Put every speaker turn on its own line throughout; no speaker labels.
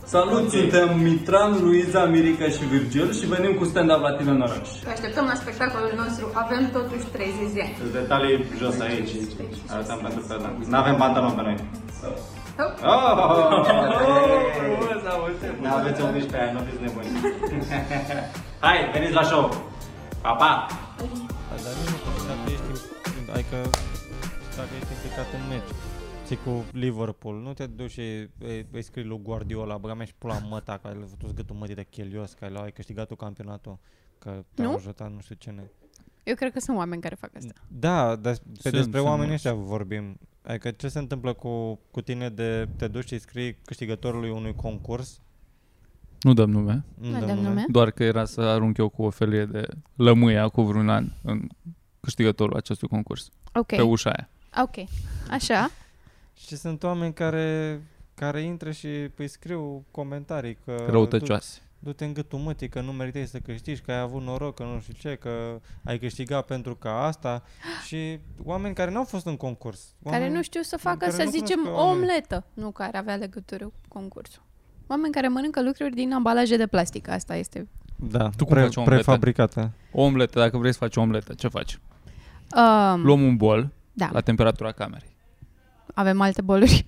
Salut,
Ok.
suntem Mitran, Luiza, Mirica și Virgil și venim cu stand-up la tine în oraș.
Te așteptăm la spectacolul nostru, avem totuși 30 de ani.
Sunt detalii jos aici. Arătăm pentru că nu avem pantaloni pe noi.
Oh,
Oh!
Bă, s-a auzit.
Nu aveți 18 ani, nu fiți nebuni. Hai, veniți la show! Pa, pa!
Dar nu știu dacă ești, adică dacă ești implicat în meci. Ții cu Liverpool, nu te duci și îi, îi scrii lui Guardiola, băga mea și pula măta, că ai văzut gâtul mătii de chelios, că ai, luat- ai câștigat tu campionatul, că te-a
Nu?
ajutat nu știu ce ne...
Eu cred că sunt oameni care fac asta.
Da, dar pe
Sunt,
despre
sunt
oamenii
mulți.
ăștia vorbim. Adică ce se întâmplă cu, cu tine de te duci și îi scrii câștigătorului unui concurs?
Nu dăm nume,
Mm,
Nu
da,
dăm nume.
doar că era să arunc eu cu o felie de lămâia cu vreun an în câștigătorul acestui concurs,
Ok,
pe ușa aia.
ok. Așa.
Și sunt oameni care, care intră și îi scriu comentarii că... du-
Răutăcioase.
Du-te în gâtul mătii că nu meritai să câștigi, că ai avut noroc, că nu știu ce, că ai câștigat pentru că asta și oameni care nu au fost în concurs. Oameni...
Care nu știu să facă,
care
să
nu cunosc
zicem,
pe
o
oameni.
omletă. Nu care avea legătură cu concursul. Oameni care mănâncă lucruri din ambalaje de plastic. Asta este.
Da,
Tu cum
pre-
faci o omletă?
prefabricată.
O omletă, dacă vrei să faci o omletă, ce faci?
Um,
Luăm un bol
da,
la temperatura camerei.
avem alte boluri.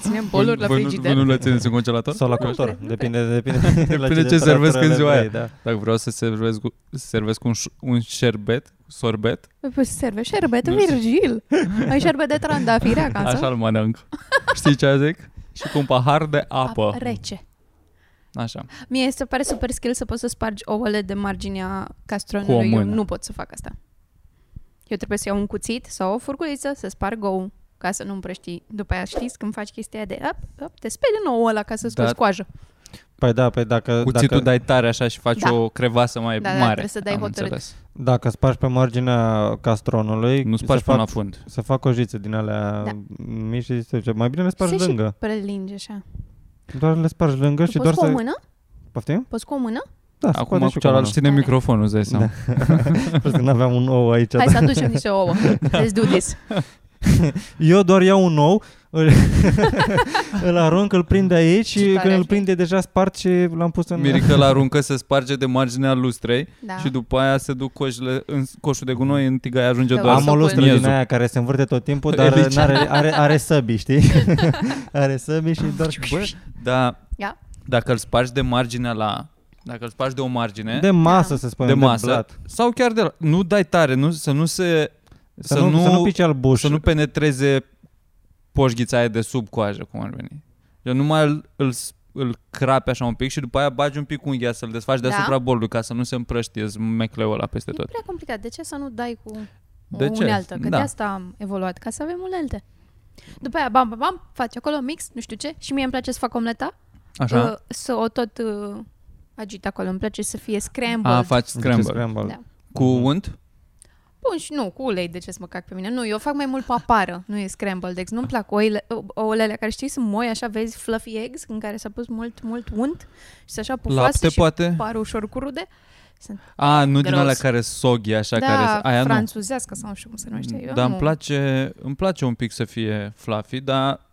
Ținem boluri la
Voi nu-
frigider.
Voi nu le țineți în congelator?
Sau la
Nu
cuptor,
cred, nu
depinde, depinde, depinde la
Depinde ce servesc în
temperatură
ziua aia.
vrei, Da.
Dacă vreau să servesc, cu- să servesc un, ș- un șerbet, sorbet,
Păi, Păi serve șerbet Virgil. Ai șerbet de trandafiri acasă?
așa îl mănânc. Știi ce zic? Și cu un pahar de apă.
Ap- rece.
Așa.
Mie se pare super skill să poți să spargi ouăle de marginea castronului.
Cu o
Eu
mână.
nu pot să fac asta. Eu trebuie să iau un cuțit sau o furculiță să sparg ou ca să nu împrăști. După aia știți când faci chestia aia de up, up, te speli din nou ăla ca să scoți
Da.
coajă.
Păi da, păi dacă,
Cuțitul
dacă,
dai tare așa și faci
Da.
o crevasă mai
Da, da,
mare.
trebuie să dai
am
hotărât.
înțeles.
dacă spargi pe marginea castronului,
Nu spargi
să
până la
fac,
fund.
să fac o jiță din alea
Da.
mici și se zice, mai bine le spargi
Se
lângă.
și prelinge așa.
Doar le spargi lângă
Tu
și
poți
doar
cu o
să...
mână?
Poftim?
Poți cu o mână?
Da, se poate
Acum
și
cu cealaltă
mână.
ține microfonul, îți dai seama.
Da. Pentru că n-aveam un ou aici.
da.
Hai să aducem niște ouă. Da. Let's do this.
Eu doar iau un ou, îl, îl arunc, îl prind de aici
Ce
și
tare
când
ar
îl
fi.
prinde deja spart și l-am pus în...
Mirica îl aruncă, se sparge de marginea lustrei
Da.
și după aia se duc coșile, în coșul de gunoi, în tigaie ajunge
Da,
doar
Am o lustră
miezul. Deci-
din aia care se învârte tot timpul, dar
Elice.
n-are, are, are săbii, știi? are săbii și doar...
Bă, da,
Ia.
dacă îl spargi de marginea la... Dacă îl spargi de o margine,
De masă, să spunem,
de masă,
blat.
sau chiar de la, Nu dai tare, nu, să nu se...
Să, nu, să nu pice albuș.
să nu penetreze poșghița aia de sub coajă, cum ar veni. Eu numai îl, îl, îl crape așa un pic și după aia bagi un pic unghia să-l desfaci
Da.
deasupra bolului ca să nu se împrăștie zmecleul ăla peste
E
tot.
prea complicat. De ce să nu dai cu
De
o
ce?
unealtă? Că
Da.
de asta am evoluat, ca să avem unelte. După aia, bam, bam, bam, faci acolo mix, nu știu ce. Și mie îmi place să fac omleta,
Așa?
uh, să o tot uh, agit acolo. Îmi place să fie scrambled.
A, faci
Scramble.
scramble.
Scramble.
Da.
Cu unt?
Bun, și nu, cu ulei, de ce să mă cac pe mine? Nu, eu fac mai mult papară, nu e scrambled eggs. Nu-mi plac oile, ouăle alea care știi, sunt moi, așa vezi fluffy eggs, în care s-a pus mult, mult unt și așa pufoase
Lapte,
și
poate?
par ușor crude.
A, nu din
Gros.
alea care soghi, așa,
da,
care... Aia nu. Mm,
franțuzească sau nu știu cum se numește. Eu
Dar
nu.
îmi place, îmi place un pic să fie fluffy, dar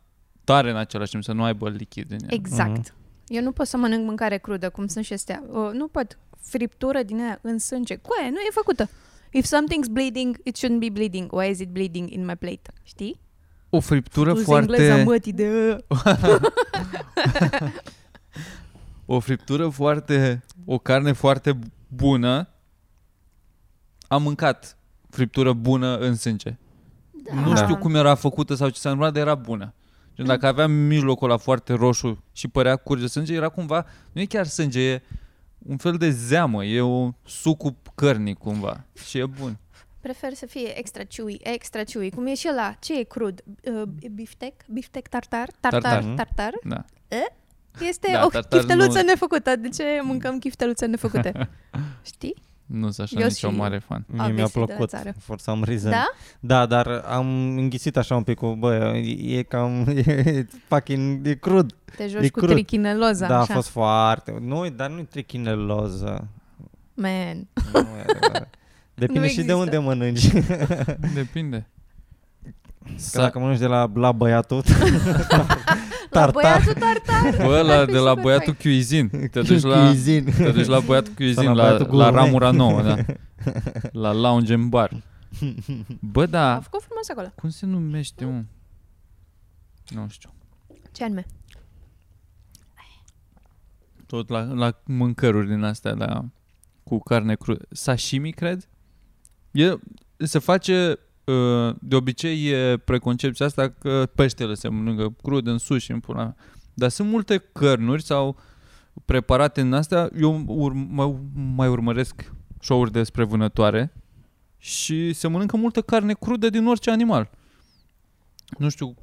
tare în același timp, să nu aibă lichid din el.
Exact. Eu nu pot să mănânc mâncare crudă, cum sunt și astea. Uh, nu pot. Friptură din aia în sânge. Cu aia nu e făcută. If something's bleeding, it shouldn't be bleeding. Why is it bleeding in my plate? Știi?
O friptură
Plus
foarte...
engleza mătii de...
o friptură foarte, o carne foarte bună. Am mâncat friptură bună în sânge.
Da.
Nu știu cum era făcută sau ce s-a întâmplat, dar era bună. Gen, Dacă aveam mijlocul ăla foarte roșu și părea curge sânge, era cumva, nu e chiar sânge, e un fel de zeamă, e o sucul cărnic cumva și e bun.
Prefer să fie extra chewy, extra chewy. Cum e și la ce e crud? Uh, biftec? Biftec tartar? Tartar,
Tartar.
tartar. tartar.
Da.
Este
Da,
o
tartar
chifteluță
nu-
nefăcută. De ce mâncăm chifteluțe nefăcute? Știi?
Nu sunt așa
Eu
nici o
și-
mare fan.
Mie mi-a
Obviously, de la
plăcut,
țară.
for some reason.
Da?
Da, dar am înghițit așa un pic cu, bă, e, e cam, e fucking, e crud.
Te
E
joci cu
crud.
trichineloza.
da,
așa.
a fost foarte, nu, dar nu-i trichineloză.
Man.
Nu e adevărat. Depinde
Nu
și de
există.
unde mănânci.
Depinde.
Că dacă mănânci de la, la băiatul, tartar.
Băiatul tartar.
Bă,
Ar
la,
fi
de la
super
băiatul Cuisin. Te duci la,
Cuisine.
te duci la băiatul
Sau
Cuisin,
la
la, la,
băiatul gourmet.
ramura nouă, da. La lounge în bar. Bă,
A
da,
făcut frumos acolo.
cum se numește, mă? Nu știu.
Ce anume?
Tot la, la mâncăruri din astea, la, cu carne crudă. Sashimi, cred? E, se face, uh, de obicei e preconcepția asta că peștele se mănâncă crud în sushi, în pula mea. Dar sunt multe cărnuri sau preparate în astea. Eu ur- mă, mai urmăresc show-uri despre vânătoare și se mănâncă multă carne crudă din orice animal. Nu știu,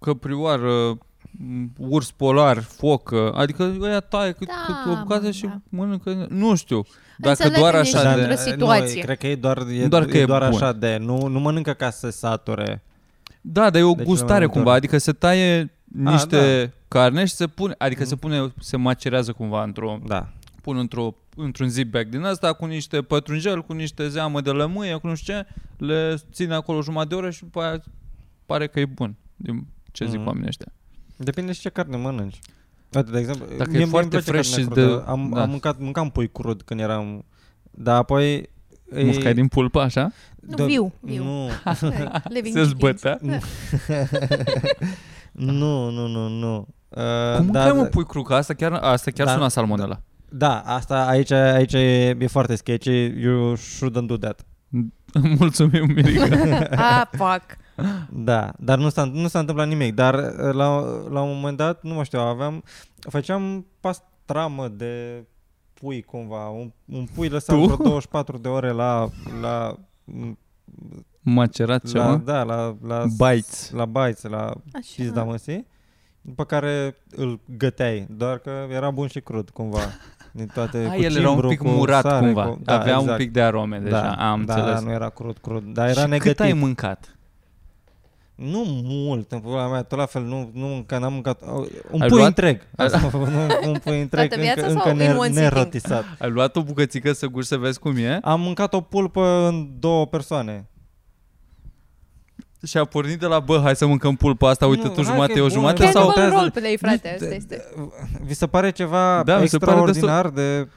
căprioară, m, urs polar, focă, adică ăia taie cât,
Da,
cât o bucată
mă,
și
da.
mănâncă, nu știu. Dacă
Înțeleg
doar
când ești
așa de...
într-o situație.
Da, Nu, cred că e doar, e,
Doar
doar,
că
e
e
doar
bun.
așa de... Nu, nu mănâncă ca să se sature.
Da, dar e o
De cele mai
gustare
multe
cumva,
ori.
adică se taie
A,
niște
da.
carne și se pune, adică
Mm.
se pune, se macerează cumva într-o,
Da.
pun într-o, într-un zip bag din asta cu niște pătrunjel, cu niște zeamă de lămâie, cu nu știu ce, le ține acolo jumătate de oră și după aia pare că e bun, din ce zic
Mhm.
oamenii ăștia.
Depinde și ce carne mănânci. Uite, de exemplu,
Dacă e
mie- mie îmi
foarte
place
fresh
carnea
și
crudă.
de-
Am,
da.
am mâncat, mâncam pui crud când eram... Dar apoi...
E... Muscai din pulpă, așa?
Nu,
Da-
viu, viu.
Nu,
Living chickens.
Se zbătea?
Da.
nu, nu, nu, nu. Uh,
Cum
da,
mâncai mă
da,
pui cru? Că asta chiar, asta chiar
Da.
suna salmonela.
da, asta aici, aici e, e foarte sketchy. You shouldn't do that.
Mulțumim, Mirica.
Ah, fuck.
Da, dar nu s-a, nu s-a întâmplat nimic. Dar uh, la, la un moment dat, nu mă știu, aveam... Făceam pastramă de pui cumva. Un, un pui lăsat
Tu?
vreo 24 de ore la... la
Macerat
la,
ceva?
da, la, la,
Bites.
la baițe, la
Așa.
pizda măsii, după care îl găteai, doar că era bun și crud, cumva. Din toate,
A,
cu
Ah, el era un
cimbru,
pic
cu
murat
sare,
cumva.
Cu, da,
Avea
exact.
un pic de arome
da,
deja. Deci Am
da,
înțeles.
Da, nu era crud, crud, dar era
și
negativ.
cât ai mâncat?
Nu mult, în pula mea, tot la fel, nu, nu mânca, n-am mâncat, au- un
Ai
pui
luat?
întreg, asta, un, un pui întreg,
Toată viața
încă, încă
sau in one
ne,
sitting?
nerătisat.
Ai luat o bucățică să guri să vezi cum e
Am mâncat o pulpă în două persoane.
și a pornit de la bă, hai să mâncăm pulpa asta, uite
Nu,
tu
hai
jumate,
că e
eu
bună,
jumate
hai
Cannibal
sau...
că-
sau...
sau-
roleplay, frate, asta este.
Vi se pare ceva
Da, mi se pare destul-
extraordinar de...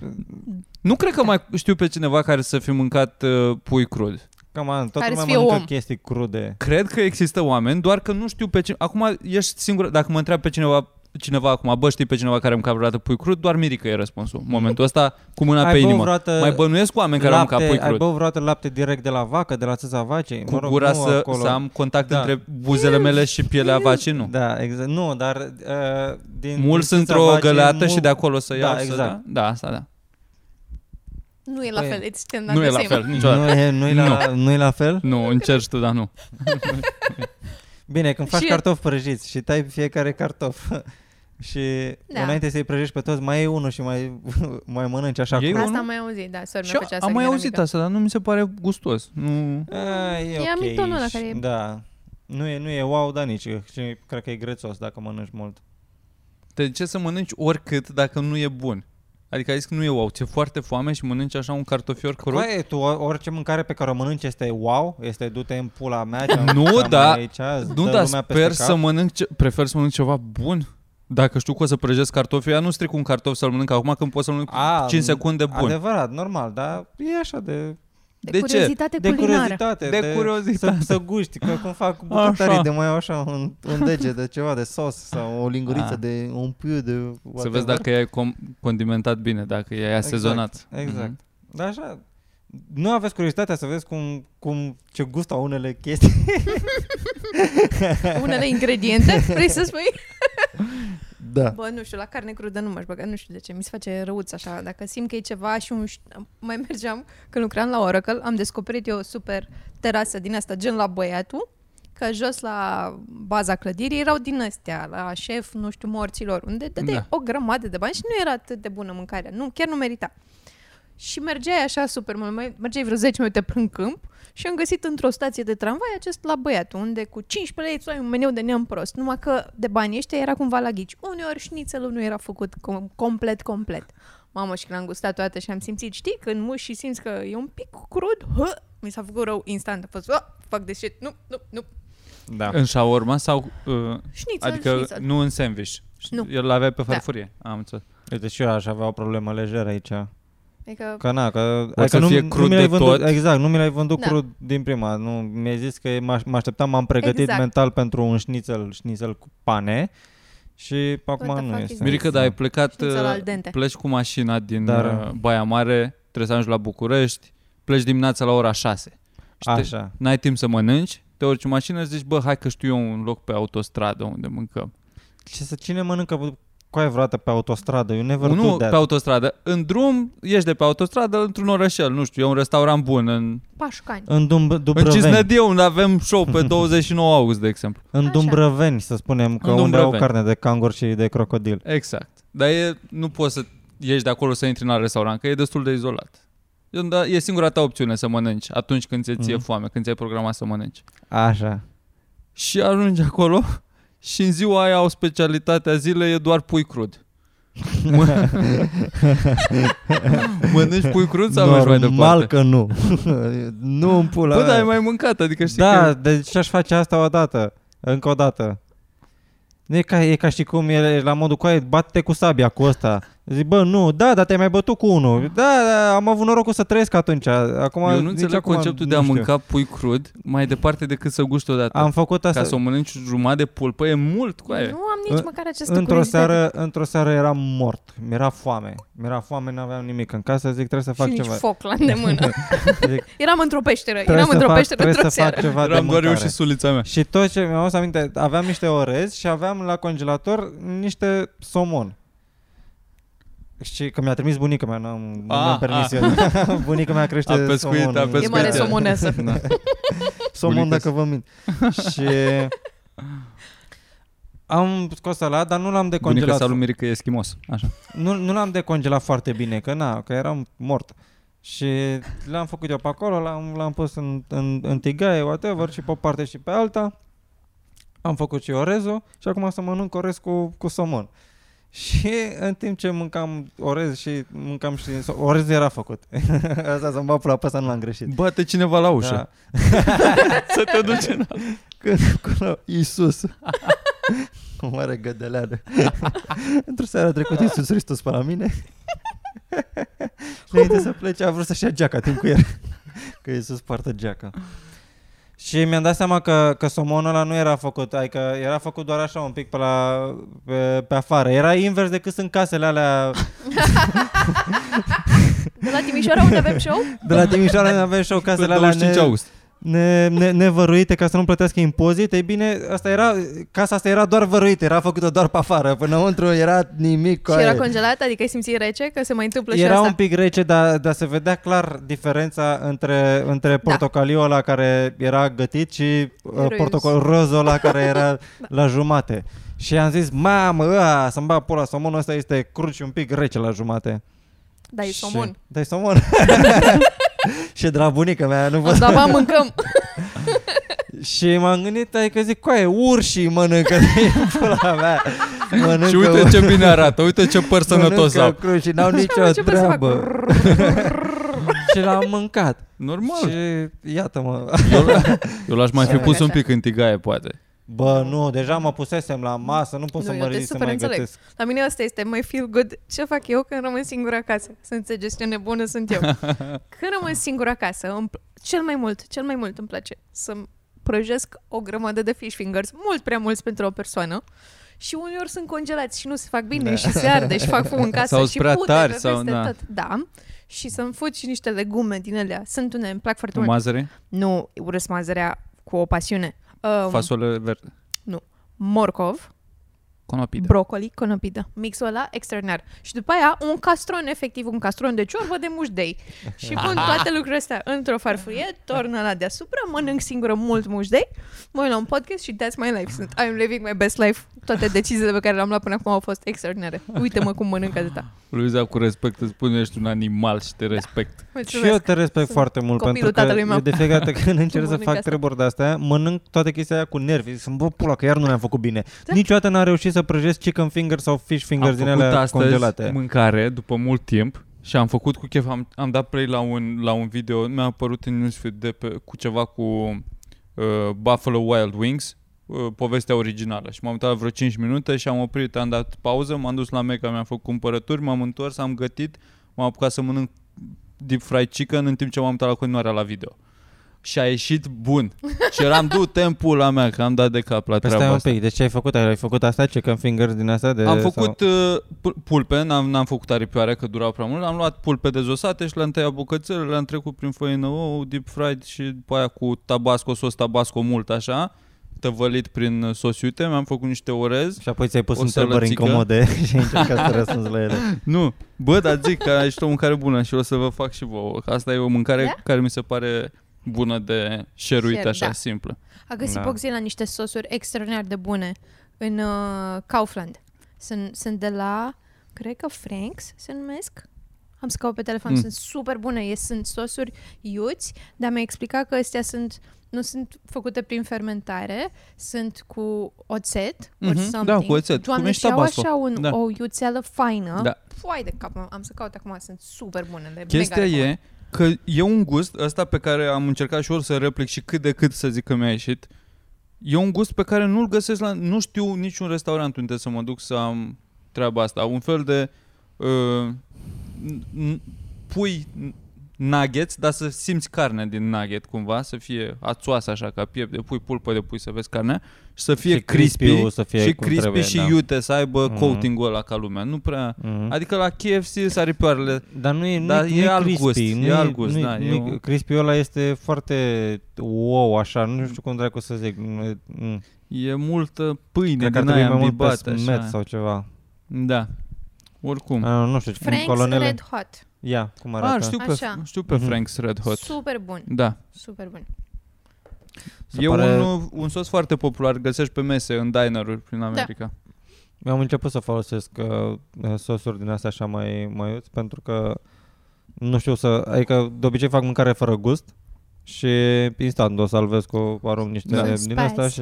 Nu cred că mai știu pe cineva care să fi mâncat uh, pui crud.
Cam an, toată
Care să
lumea
fie
mănâncă
om.
chestii crude.
Cred că există oameni, doar că nu știu pe cine... Acum ești singur, dacă mă întreabă pe cineva cineva acum, bă, știi pe cineva care a mâncat vreodată pui crud, doar Mirica e răspunsul. În momentul ăsta, cu mâna
Ai
pe
băut
inimă.
vreodată
Mai bănuiesc oameni care
lapte,
au mâncat pui
Ai
crud.
băut vreodată lapte direct de la vacă, de la țâța vacei?
cu
mă rog,
gura
nu
să,
acolo.
să am contact
Da.
între buzele mele și pielea vacii, nu.
Da, exact. Nu, dar uh, din
Mulți
din țâța
într-o
vacei,
găleată
mult-
și de acolo să
Da,
iau. Să, da,
exact.
da, asta da.
Nu e la
Păi,
fel, it's still not
Nu e
the
la
same.
fel, niciodată.
Nu e, nu, e la, nu. e la fel?
Nu, încerci tu, dar nu.
Bine, când faci
Și-
cartofi prăjiți și tai fiecare cartof și
Da.
da. înainte să-i prăjești pe toți, mai e unul și mai, mai mănânci așa
Ei
cu...
unul?
Asta am mai auzit, da, sora
Și
mea făcea asta.
am mai
când eram
auzit
mică.
asta, dar nu mi se pare gustos. Nu.
A, e, ok.
amitonul ăla care e-
Da. Nu e, nu e wow, dar nici. Și cred că e grețos dacă mănânci mult.
De ce să mănânci oricât dacă nu e bun? Adică ai zis că nu e wow, ți-e foarte foame și mănânci așa un cartofior crud?
Băi, tu o- orice mâncare pe care o mănânci este wow? Este du-te în pula mea? ce-am-
Nu,
ce-am
da.
Aici, îți
Nu,
dă
dar
lumea peste
sper să
cap?
mănânc, ce- prefer să mănânc ceva bun. Dacă știu că o să prăjesc cartofii, ea nu stric un cartof să-l mănânc acum când pot să-l mănânc
A,
5 secunde bun.
Adevărat, normal, dar e așa de,
De,
De ce?
curiozitate
de
culinară.
curiozitate.
De curiozitate.
Să, să guști, că cum fac bucătarii
Așa.
de mai au așa un,
Un deget de ceva de sos sau o linguriță
Ah.
de un piu de...
Să
whatever.
vezi dacă i-ai com- condimentat bine, dacă i-ai asezonat.
Mhm.
Exact. Dar așa, nu aveți curiozitatea să vezi cum, cum ce gust au unele chestii.
Unele ingrediente, vrei să spui?
Da.
Bă, nu știu, la carne crudă nu m-aș băga, nu știu de ce, mi se face răuț așa. Dacă simt că e ceva și un... ș- Mai mergeam, când lucram la Oracle, am descoperit eu o super terasă din asta, gen la băiatul, că jos la baza clădirii erau din astea, la șef, nu știu, morților, unde dădeai
Da.
o grămadă de bani și nu era atât de bună mâncarea. Nu, chiar nu merita. Și mergeai așa super mult, mai- mergeai vreo 10 minute prin câmp și am găsit într-o stație de tramvai acest la băiatul, unde cu 15 lei îți luai un meniu de neam prost, numai că de banii ăștia era cumva la ghici. Uneori șnițelul nu era făcut com- complet, complet. Mamă, și când am gustat toată și am simțit, știi, când muși și simți că e un pic crud, hă, mi s-a făcut rău instant, a fost, "Ah, fuck de shit, nu, nu, nu.
Da.
În shawarma sau... Uh,
Șnițel,
adică
șnițel.
nu în sandwich.
Nu. Da.
El l-avea pe farfurie. Am înțeles.
Uite, și eu aș avea o problemă lejeră aici.
Adică
Că na, că...
O să
nu,
fie
nu
crud
mi l-ai
de
vândut,
tot.
Exact, nu mi l-ai vândut
Da.
crud din prima. Nu, mi-ai zis că m-aș- mă așteptam, m-am pregătit
Exact.
mental pentru un șnițel, șnițel cu pane și
What
acum
the
nu
fuck
este.
is this?
Mirica, dar ai plecat,
Șnițel
uh,
al dente.
pleci cu mașina din
da. Dar-
Dar, Baia Mare, trebuie să ajungi la București, pleci dimineața la ora 6. Și Te,
Așa.
n-ai timp să mănânci, te urci în mașină și zici, bă, hai că știu eu un loc pe autostradă unde mâncăm.
Și să cine mănâncă cu aia vreodată pe autostradă? Eu never do
Nu
that.
pe autostradă, în drum, ieși de pe autostradă într-un orășel, nu știu, e un restaurant bun, în,
Pașcani.
În, Dumb-
în
Dumbrăveni,
Cisnădiu Deci, unde avem show pe 29 august, de exemplu.
în
Așa.
Dumbrăveni, să spunem, că
În
unde au
Dumbrăveni.
carne de cangur și de crocodil.
Exact. Dar e, nu poți să ieși de acolo să intri în alt restaurant, că e destul de izolat. E- Da, e singura ta opțiune să mănânci atunci când ți-e ție
Mhm.
foame, când ți-ai programat să mănânci.
Așa.
Și ajungi acolo și în ziua aia au specialitatea zilei, e doar pui crud. Mă- Mănânci pui crud sau mergi mai
Normal
departe?
că nu. nu îmi pula.
Bă, dar ai mai mâncat, adică știi
da,
că...
deci aș face asta o dată. Încă o dată. Nu E ca, e ca și cum e la modul cu aia, bate cu sabia cu ăsta. Zic, bă, nu, da, dar te-ai mai bătut cu unul. Da, da, am avut norocul să trăiesc atunci. Acum,
Eu
nici
nu înțeleg
acum
conceptul
nu
de a
știu.
mânca pui crud mai departe decât să guști odată.
Am făcut asta.
Ca să o mănânci jumătate de pulpă, e mult cu aia.
Nu am nici
În-
măcar această
Într-o
curiozitate.
seară, într-o seară eram mort. Mi-era foame. Mi-era foame, n-aveam nimic în casă. Zic, trebuie să fac
și nici
ceva.
foc la îndemână.
Zic,
Eram într-o peșteră,
trebuie
eram
să
într-o
fac,
peșteră
trebuie
într-o
să fac
seară.
ceva de
Eram doar eu
mâncare.
și sulița mea.
Și tot ce mi-am adus aminte, aveam niște orezi și aveam la congelator niște somon. Și că mi-a trimis bunica mea, n-am, nu
A,
mi-am permis
a.
eu. bunica mea crește
Ah, A pescuit,
somon.
a
E
pescuit.
mare
Pescuit.
somonesă.
Da. somon
Bunica
dacă vă mint. Și am scos ăla, dar nu l-am
Bunica
decongelat.
sa lui Mirica e eschimos. Așa.
Nu, nu l-am decongelat foarte bine, că na, că eram mort. Și l-am făcut eu pe acolo, l-am, l-am pus în, în, în tigaie, whatever, și pe o parte și pe alta. Am făcut și orezul și acum să mănânc orez cu, cu somon. Și în timp ce mâncam orez și mâncam și... Orezul era făcut. Asta să-mi bat pula pe asta, nu l-am greșit.
Bate cineva la ușă. Da.
Să te duci în
Când, când, Iisus. o mare gădeleană. Într-o seară a trecut Iisus Hristos pe la mine. și înainte să plece a vrut să-și ia geaca timp cu el.
Că Iisus poartă geaca. Și mi-am dat seama că, că somonul ăla nu era făcut, adică era făcut doar așa un pic pe, la, pe, pe afară. Era invers decât sunt casele alea
De la Timișoara unde avem show?
de la Timișoara, ne avem și o casele
Pe
alea
25
ne,
august.
ne, ne, nevăruite ca să nu plătească impozit. Ei bine, asta era, casa asta era doar văruită, era făcută doar pe afară. Până
Înăuntru era nimic cu
Și era
aia.
congelat, adică ai simțit rece, că se mai întâmplă și
era
asta.
un pic rece, dar, dar se vedea clar diferența între,
Da.
între portocaliu ăla care era gătit și uh,
Roz.
portocol rozul ăla care
Da.
era la jumate. Și am zis, mamă, ăa, să-mi bag pula, somonul ăsta este crud și un pic rece la jumate.
Da, e
Și-
somon.
Da, e somon. și de la bunica mea, nu vă
Am dat, ba, mâncăm.
Și m-am gândit, ai că zic, coaie, urșii mănâncă de pula mea. Mănâncă,
Și uite ce bine arată, uite ce păr sănătos
mănâncă
au.
cru și n-au
mă,
nicio
ce vrei să fac?
treabă. și l-am mâncat.
Normal.
Și iată-mă.
Eu, eu l-aș mai
Ce
fi pus
așa.
un pic în tigaie, poate.
Bă, nu, deja mă pusesem la masă, nu pot
Nu,
să
eu
mă
te
ridic să
super
mai
înțeleg.
gătesc.
La mine asta este, mai feel good. Ce fac eu când rămân singură acasă? Să înțelegeți ce nebună sunt eu. Când rămân singură acasă, îmi, pl- cel mai mult, cel mai mult îmi place să prăjesc o grămadă de fish fingers, mult prea mulți pentru o persoană. Și uneori sunt congelați și nu se fac bine da. și se arde și fac fum în casă
Sau
și
sunt prea
pute
tari
pe
sau-
peste
da.
tot. Da. Și să-mi fuci niște legume din alea. Sunt unele, îmi plac foarte mult.
Mazăre,
Nu urăsc mazărea cu o pasiune. Um,
fasole verde,
morcov,
conopidă.
brocoli, conopidă. Mixul ăla extraordinar. Și după aia un castron, efectiv un castron de ciorbă de mușdei. Și pun toate lucrurile astea într-o farfurie, torn ăla deasupra, mănânc singură mult mușdei, mă uit la un podcast și that's my life. Sunt, I'm living my best life. Toate deciziile pe care le-am luat până acum au fost extraordinare. Uite-mă cum mănânc atâta.
Luiza, cu respect îți spune, ești un animal și te respect.
Mulțumesc.
Și eu te respect foarte mult
copilul
pentru că
tatălui meu.
eu de fiecare dată când încerc să
mănânc
fac
asta.
treburi de astea, mănânc toate chestia aia cu nervi. Sunt bă, pula, că iar nu le-am făcut bine.
Da.
Niciodată n-am reușit să prăjesc chicken fingers sau fish
Am
fingers din
făcut
ele
astăzi
congelate.
mâncare după mult timp și am făcut cu chef, am, am dat play la un, la un video, mi-a apărut în newsfeed de pe, cu ceva cu uh, Buffalo Wild Wings, uh, povestea originală. Și m-am uitat la vreo 5 minute și am oprit, am dat pauză, m-am dus la Meca, mi-am făcut cumpărături, m-am întors, am gătit, m-am apucat să mănânc deep fried chicken în timp ce m-am uitat la continuarea la video. Și a ieșit bun. Și eram, du-te în pula mea, că am dat de cap la
Păi
treaba
stai un
asta.
pic, deci ce ai făcut? Ai făcut asta, chicken fingers din asta? De,
Am făcut uh, pul- pulpe, n-am, n-am făcut aripioare că dura prea mult, am luat pulpe dezosate și le-am tăiat bucățele, le-am trecut prin făină ou, deep fried și după aia cu tabasco, sos tabasco mult așa, tăvălit prin uh, sos iute, mi-am făcut niște orez.
Și apoi ți-ai pus
o
întrebări
sălățică.
incomode și ai încercat să răspunzi la ele.
Nu, bă, dar zic că ești o mâncare bună și o să vă fac și vouă, că asta e o mâncare
Da?
care mi se pare bună de șeruit
Share,
așa,
da.
simplă.
A găsit
Da.
da. Boxei la niște sosuri extraordinar de bune în uh, Kaufland. Sunt, sunt de la, cred că Franks se numesc. Am să caut pe telefon,
Mm.
mm. sunt super bune. E, sunt sosuri iuți, dar mi-a explicat că astea sunt, nu sunt făcute prin fermentare, sunt cu oțet or
Mhm, da,
something.
cu oțet,
Doamne,
cum ești
și au
tabasco.
așa un,
Da.
da. o iuțeală faină.
Da.
Foai de cap, mă, am să caut acum, sunt super bune. Le
Chestia
mega
e
recomand.
că e un gust ăsta pe care am încercat și eu să replic și cât de cât să zic că mi-a ieșit. E un gust pe care nu-l găsesc la... Nu știu niciun restaurant unde să mă duc să am treaba asta. Un fel de... Uh, n- n- pui n- nuggets, dar să simți carnea din nugget cumva, să fie ațoasă așa ca piept de pui, pulpă de pui să vezi carnea și să fie
Și
crispy,
crispy-ul să fie
și
cum
crispy
trebuie,
și
da.
iute, să aibă
Mhm.
coating-ul ăla ca lumea. Nu prea...
Mhm.
Adică la KFC saripioarele
Dar nu e, nu
Dar
nu
e alt
crispy,
gust,
nu
e alt gust,
nu
da,
nu
e un-
Crispy ăla este foarte wow, așa, nu știu cum dracu să zic. Nu e- mm.
E multă pâine
Cred că ar
din
trebui
aia
mai mult
îmbibată.
pe smet
Așa.
sau Ah. ceva.
Da. Oricum.
A, nu știu,
Frank's
colonele.
Red Hot.
Ia, cum arată?
Ah, știu pe,
Așa.
știu pe
Mhm.
Frank's Red Hot.
Super bun,
Da.
super bun.
Se
e
pare-
un, un sos foarte popular, găsești pe mese în dineruri prin
Da.
America.
Eu am început să folosesc uh, sosuri din astea așa mai, mai uți, pentru că nu știu să... Adică de obicei fac mâncare fără gust și instant o salvez cu arom niște
Da.
da. din
Spice.
astea și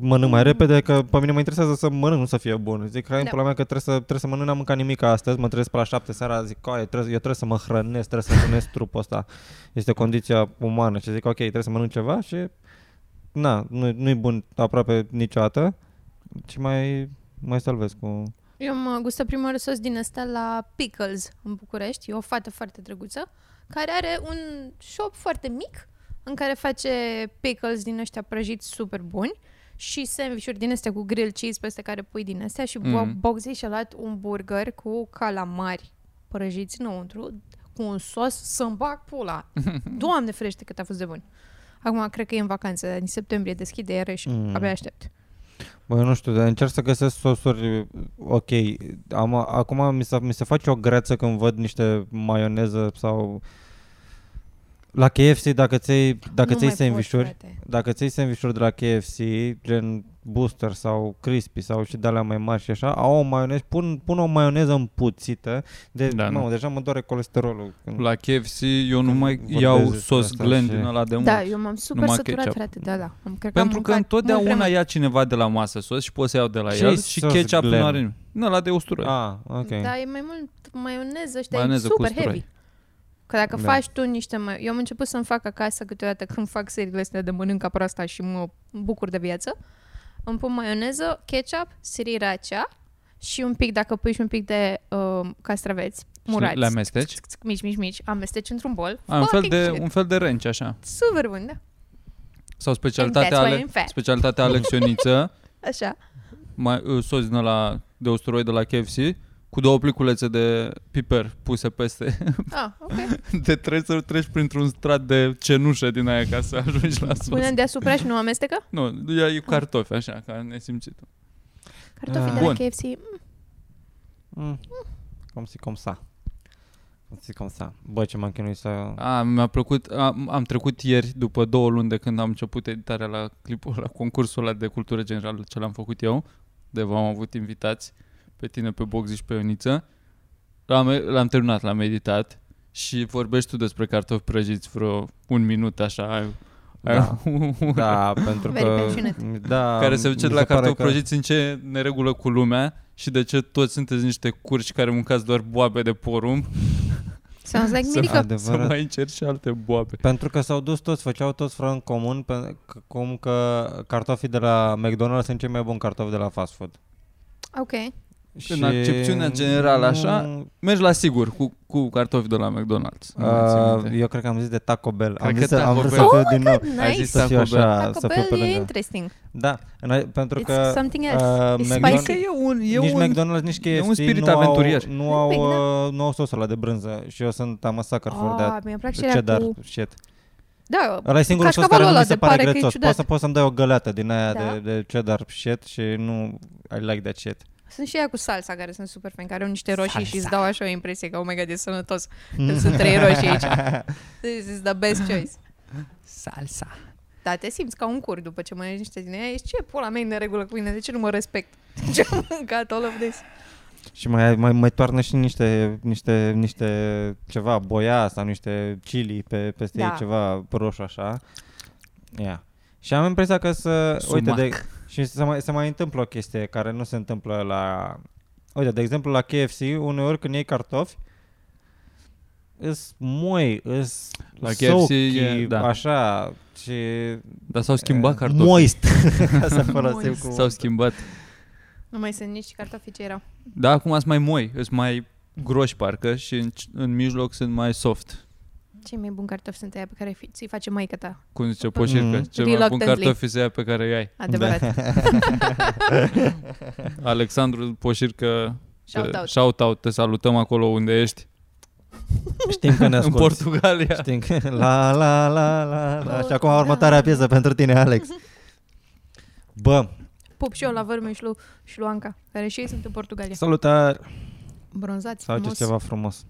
mănânc mai repede, că pe mine mă interesează să mănânc, nu să fie bun. Zic, hai,
Da.
da. pula mea, că trebuie să, trebuie să mănânc, n-am mâncat nimic astăzi, mă trezesc pe la șapte seara, zic, coaie, trebuie, eu trebuie să mă hrănesc, trebuie să hrănesc trupul ăsta. Este condiția umană și zic, ok, trebuie să mănânc ceva și na, nu, nu-i bun aproape niciodată, ci mai, mai salvez cu...
Eu am gustat prima oară sos din ăsta la Pickles în București. E o fată foarte drăguță care are un shop foarte mic în care face pickles din ăștia prăjiți super buni și sandvișuri din astea cu grill cheese peste care pui din astea și mm-hmm.
Mhm.
Boxei și-a luat un burger cu calamari prăjiți înăuntru cu un sos să-mi bag pula. Doamne ferește cât a fost de bun. Acum cred că e în vacanță, în septembrie deschide iarăși,
Mm.
mm. abia aștept.
Bă, nu știu, dar încerc să găsesc sosuri ok. Am, acum mi se, mi se face o greață când văd niște maioneză sau... La KFC, dacă ți dacă
Nu
ți iei
mai pot,
sandvișuri,
frate.
dacă ți iei sandvișuri de la KFC, gen Booster sau Crispy sau și de alea mai mari și așa, au o maioneză, pun, pun o maioneză împuțită, de,
Da,
da,
nu.
mamă, deja mă doare colesterolul. Când-
La KFC eu nu
Mm. Când
mai
vorbesc
iau
despre
sos
asta
Glen
și-
din ăla de mult.
Da, eu m-am super
Numai
săturat,
ketchup.
frate, da, da. Am, cred
Pentru
am
că
mâncat mult
întotdeauna
prea
ia cineva de la masă sos și poți să iau de la
Ce
el și
sos
ketchup
Glen?
nu are nimic. Nu, la de usturoi.
Ah, ok.
mult. Da, e mai mult maioneză și e
Maioneză cu
super
usturoi.
heavy. Că dacă
Da.
da. faci tu niște... Mai... Eu am început să-mi fac acasă câteodată când fac seriile astea de mănânca proasta și mă bucur de viață. Îmi pun maioneză, ketchup, sriracha și un pic, dacă pui și un pic de uh, castraveți
Și le-
murați.
le amesteci?
Țc, țc, țc, Mici, mici, mici. Amesteci într-un bol.
Ai un fel,
Fucking
de,
shit.
un fel de renci, așa.
Super bun, da.
Sau
And
specialitatea,
that's why
ale,
I'm fat.
specialitatea alexioniță.
Așa.
mai, uh, sos din ăla de usturoi de la KFC cu două pliculețe de piper puse peste.
Ah, ok.
De trebuie să treci printr-un strat de cenușă din aia ca să ajungi la sos.
Punem deasupra și nu amestecă?
Nu, ea e cu cartofi, așa, ca nesimțit.
Cartofii
Ah.
de la
Bun.
KFC. mm,
Mm. Cum si cum sa. Cum si cum sa. Bă, ce m-am chinuit să...
A, mi-a plăcut, am, am trecut ieri, după două luni de când am început editarea la clipul, la concursul ăla de cultură generală ce l-am făcut eu, de v-am avut invitați pe tine, pe Boxi și pe Ioniță, l-am, l-am terminat, l-am editat și vorbești tu despre cartofi prăjiți vreo un minut așa, ai,
Da.
ai un-
Da, pentru
Very
că...
passionate.
Da,
care se duce
mi
de la
pare
cartofi
că-
prăjiți în ce neregulă cu lumea și de ce toți sunteți niște curci care mâncați doar boabe de porumb
Sounds like
Să-
Mirica.
adică Să
Adevărat.
mai încerci și alte boabe.
Pentru că s-au dus toți, făceau toți front în comun, pe, c- cum că cartofii de la McDonald's sunt cei mai buni cartofi de la fast food.
Ok.
Și
accepțiunea generală, așa,
nu-
Mergi la sigur cu, cu cartofi de la McDonald's. Nu mai țin
Uh,
minte.
eu cred că am zis de Taco Bell.
Cred
am
că
zis să, am
Taco
vrut să
Bell.
fiu din nou.
Ai
Nice.
zis
Să fiu
Taco Bell.
așa,
Taco
să fiu pe
Bell e
lângă.
interesting.
Da, în- pentru
It's
că
something
uh,
else. It's
McDonald's-
spicy.
Că e un, e
nici
un,
McDonald's, nici KFC
e un spirit
nu
aventurier.
Au, nu,
Un
au,
pic, da.
uh, nu au sosul ăla de brânză și eu sunt a massacre for
Ah,
that.
mi-a plac și alea
Cheddar
cu...
shit.
Da,
Ăla e singurul sos care
Cașcavalul
nu mi
ăla
se
de
pare
pare că e
grețos. Poți
ciudat.
să, poți să-mi dai o găleată din aia
Da.
de, de cheddar shit și nu... I like that shit.
sunt și aia cu salsa care sunt super fan, care au niște roșii și îți dau așa o impresie că oh my god, e sănătos
Mm.
când sunt trei roșii aici. This is the best choice.
Salsa.
Da, te simți ca un cur după ce mănânci niște din aia. Ești ce pula mea e în neregulă cu mine? De ce nu mă respect? Ce am mâncat all of this?
Și mai, mai, mai toarnă și niște, niște, niște ceva boia sau niște chili pe, peste
Da.
ei, ceva roșu așa. Ia. Și am impresia că să... Uite, de, și să mai, să mai întâmplă o chestie care nu se întâmplă la... Uite, de exemplu, la KFC, uneori când iei cartofi, îs moi, îs
La KFC
soaky,
e- da.
așa, și... eh,
Dar s-au schimbat cartofi.
Moist, ca să folosim
Moist.
cu...
S-au schimbat.
Nu mai sunt nici cartofii ce erau.
Da, acum sunt mai moi, sunt mai groși parcă și în, în mijloc sunt mai soft.
Cei mai buni cartofi sunt aia pe care fi- ți-i face maică ta.
Cum zice Poșircă,
Mhm.
mm-hmm. cel mai bun
Reluctantly.
cartofi se ia pe care îi ai.
Adevărat.
Da.
Alexandru Poșircă,
Shout out.
shout out, te salutăm acolo unde ești,
Știm că ne
în
asculti.
Portugalia.
Știm că... La, la, la, la, la. Și acum următoarea piesă pentru tine, Alex. Bă,
Pup și eu la vârme și, lu- și Luanca, care și ei sunt în Portugalia.
salutare!
Bronzați
Să faceți
frumos.
ceva frumos.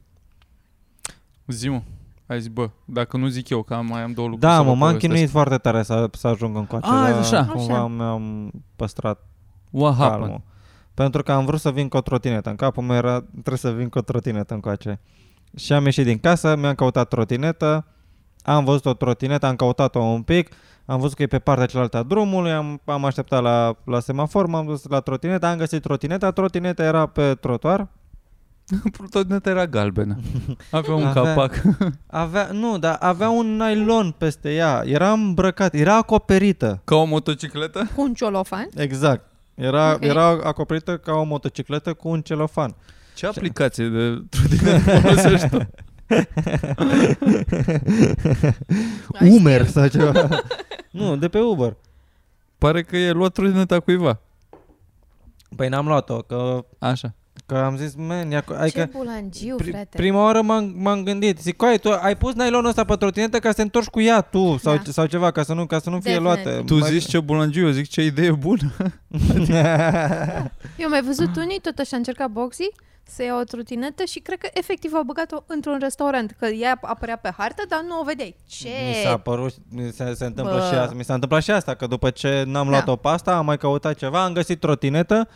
Zi-mă, ai zis, bă, dacă nu zic eu, că am, mai am două lucruri
Da,
să
mă,
vă
m-am
povestesc.
chinuit foarte tare să, să ajung în coace.
Ah, așa.
Cumva
Așa.
mi-am păstrat
What happened?
calmul. Pentru că am vrut să vin cu o trotinetă. În capul meu era, trebuie să vin cu o trotinetă în coace. Și am ieșit din casă, mi-am căutat trotinetă, am văzut o trotinetă, am căutat-o un pic, am văzut că e pe partea cealaltă a drumului, am, am așteptat la, la semafor, m-am dus la trotinetă, am găsit trotineta, trotineta era pe trotuar,
Plutoneta era galbenă. Avea un
Avea-
capac.
Avea, nu, dar avea un nylon peste ea. Era îmbrăcat, era acoperită.
Ca o motocicletă?
Cu un ciolofan.
Exact. Era,
Ok.
okay. era acoperită ca o motocicletă cu un celofan.
Ce aplicație de trotinetă folosești tu?
Ai
Umer
stil.
sau ceva. nu, de pe Uber.
Pare că e luat trotineta cuiva.
Păi n-am luat-o, că,
Așa.
că am zis, man, ia,
Ce
adică
bulangiu,
pri,
frate.
prima oară m-am, m-am gândit, zic, coai, tu ai pus nylonul ăsta pe trotinetă ca să te întorci cu ea tu sau,
Da.
sau ceva, ca să nu, ca să nu fie
Definitely.
luată.
Tu zici ce bulangiu, eu zic ce idee bună.
Eu am mai văzut unii, tot așa a încercat boxii să ia o trotinetă și cred că efectiv au băgat-o într-un restaurant, că ea apărea pe hartă, dar nu o vedeai. Ce?
Mi s-a părut, mi se, se întâmplă
Bă.
și asta, mi s-a întâmplat și asta, că după ce n-am
Da.
luat-o pasta, am mai căutat ceva, am găsit trotinetă,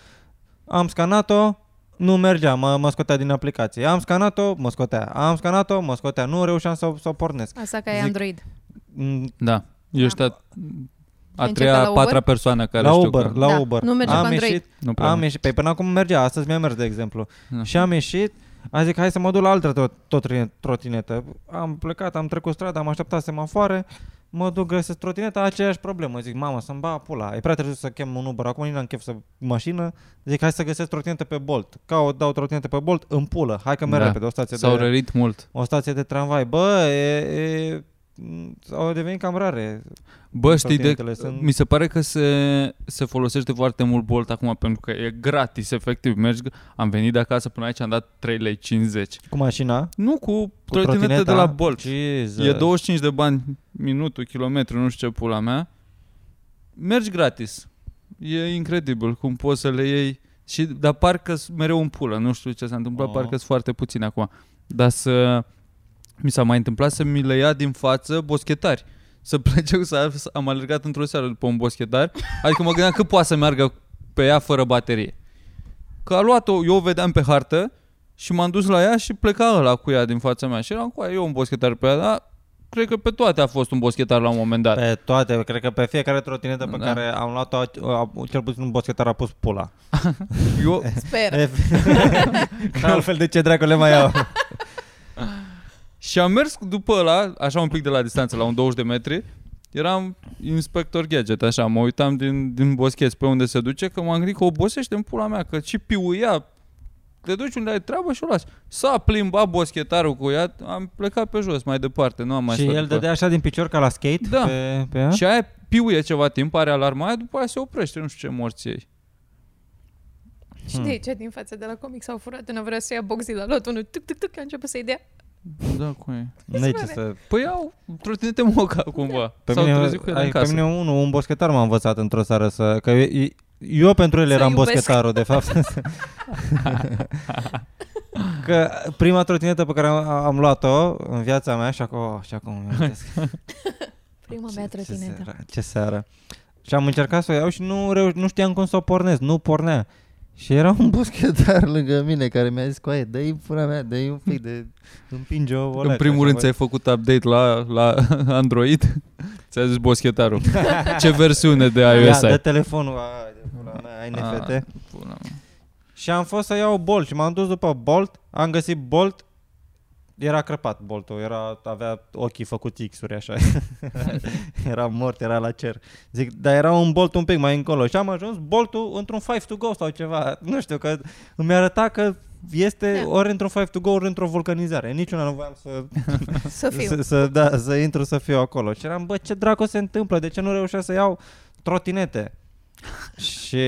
am scanat-o, nu mergea, mă, mă scotea din aplicație. Am scanat-o, mă scotea. Am scanat-o, mă scotea. Nu reușeam să, o- să o pornesc.
Asta că e
Zic-
Android.
Mm,
Da. Ești a, a
Încep
treia,
la
a
Uber?
patra persoană care
La
știu
Uber,
că
la
Da,
Uber.
nu merge
am
pe Android.
ieșit,
nu prea
am
merge.
ieșit, pe până acum mergea, astăzi mi-a mers, de exemplu.
Da.
Și am ieșit, a zic, hai să mă duc la altă tro- tot- trotinetă. Am plecat, am trecut strada, am așteptat semafoare, mă duc, găsesc trotineta, aceeași problemă. Zic, mamă, să-mi ba pula, e prea târziu să chem un Uber, acum nici n-am chef să mașină. Zic, hai să găsesc trotinetă pe Bolt. Caut, dau trotinetă pe Bolt, în pulă, hai că merg
Da.
repede, o stație
S-au
de...
rărit mult.
O stație de tramvai, bă, e, e, m, au devenit cam rare.
Bă, știi de...
trotinetele sunt-
Mi se pare că se, se folosește foarte mult Bolt acum pentru că e gratis, efectiv. Mergi... Am venit de acasă până aici, am dat 3,50 lei.
Cu mașina,
Nu cu,
cu
trotinete de la Bolt.
Jesus.
E 25 de bani minutul, kilometru, nu știu ce pula mea. Mergi gratis. E incredibil cum poți să le iei. Și, dar parcă sunt mereu în pulă. Nu știu ce s-a întâmplat,
Oh.
parcă sunt foarte puțin acum. Dar să... Mi s-a mai întâmplat să mi le ia din față boschetari. Să plece, să să- am alergat într-o seară după un boschetar. Adică mă gândeam cât poate să meargă pe ea fără baterie. Că a luat-o, eu o vedeam pe hartă și m-am dus la ea și pleca ăla cu ea din fața mea. Și eram cu ea, eu un boschetar pe ea, dar cred că pe toate a fost un boschetar la un moment dat.
Pe toate, cred că pe fiecare trotinetă pe
Da.
da. care am luat-o, a- a- cel puțin un boschetar a pus pula.
Eu,
Sper.
Da.
Că altfel de ce dracu le mai au?
Și am mers după ăla, așa un pic de la distanță, la un 20 de metri, eram inspector gadget, așa, mă uitam din, din boschet pe unde se duce, că m-am gândit că obosește în pula mea, că ce piuia, te duci unde ai treabă și o lași. S-a plimbat boschetarul cu ea, am plecat pe jos mai departe, nu am mai
Și
stat
el
după.
dădea așa din picior ca la skate
Da.
pe, pe ea?
Și aia piuie ceva timp, are alarma aia, după aia se oprește, nu știu ce morții ei.
Și
Hmm.
de aici, din fața de la comic, s-au furat în vrea să ia boxii la lot, unul tuc, tuc, tuc, a început să-i dea.
Da, cum e?
Nu ce
pare.
să...
Păi au trotinete moca cumva.
Pe
S-au
mine,
trezit cu ele
ai,
în
pe
casă.
mine unul, un boschetar m-a învățat într-o seară să... Că eu, eu pentru el
Să
eram
iubesc.
boschetarul, de fapt. că prima trotinetă pe care am, am luat-o în viața mea și acum, și acum îmi amintesc.
Prima mea
Ce
trotinetă.
seară, ce seară. Și am încercat să o iau și nu, reu- nu știam cum să o pornesc, nu pornea. Și era un
Un buschetar lângă mine care mi-a zis, coaie, dă-i pula mea, dă-i un pic de...
împinge o
În primul rând ți-ai făcut update la, la Android? Ți-a zis boschetarul. Ce versiune de
Da,
iOS
de
ai?
telefonul, ai, de pula mea, ai NFT.
Ah, pula mea.
Și am fost să iau Bolt și m-am dus după Bolt, am găsit Bolt, era crăpat boltul, era, avea ochii făcuți X-uri așa, era mort, era la cer. Zic, dar era un bolt un pic mai încolo și am ajuns boltul într-un 5 to go sau ceva, nu știu, că îmi arăta că este
Da.
ori într-un 5 to go, ori într-o vulcanizare. Niciuna nu voiam să
Să fiu.
să, să, da, să intru să fiu acolo. Și eram, bă, ce dracu se întâmplă? De ce nu reușesc să iau trotinete? și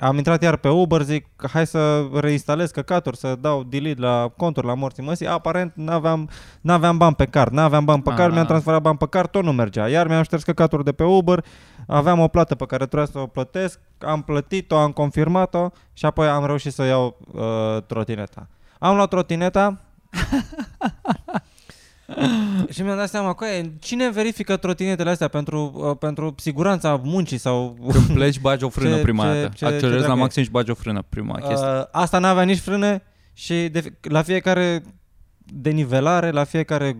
am intrat iar pe Uber, zic, hai să reinstalez căcaturi, să dau delete la conturi, la morții măsii. Aparent n-aveam, n-aveam bani pe card, n-aveam bani pe card,
Ah.
mi-am transferat bani pe card, tot nu mergea. Iar mi-am șters căcaturi de pe Uber, aveam o plată pe care trebuia să o plătesc, am plătit-o, am confirmat-o și apoi am reușit să iau uh, trotineta. Am luat trotineta, și mi-am dat seama că e, cine verifică trotinetele astea pentru, uh, pentru siguranța muncii sau...
Când pleci, bagi o frână
Ce-
prima
ce-
dată.
ce- ce
Accelerezi
dracu
la
e?
maxim și bagi o frână prima chestie.
Uh, asta n-avea nici frâne și de, fi- la fiecare denivelare, la fiecare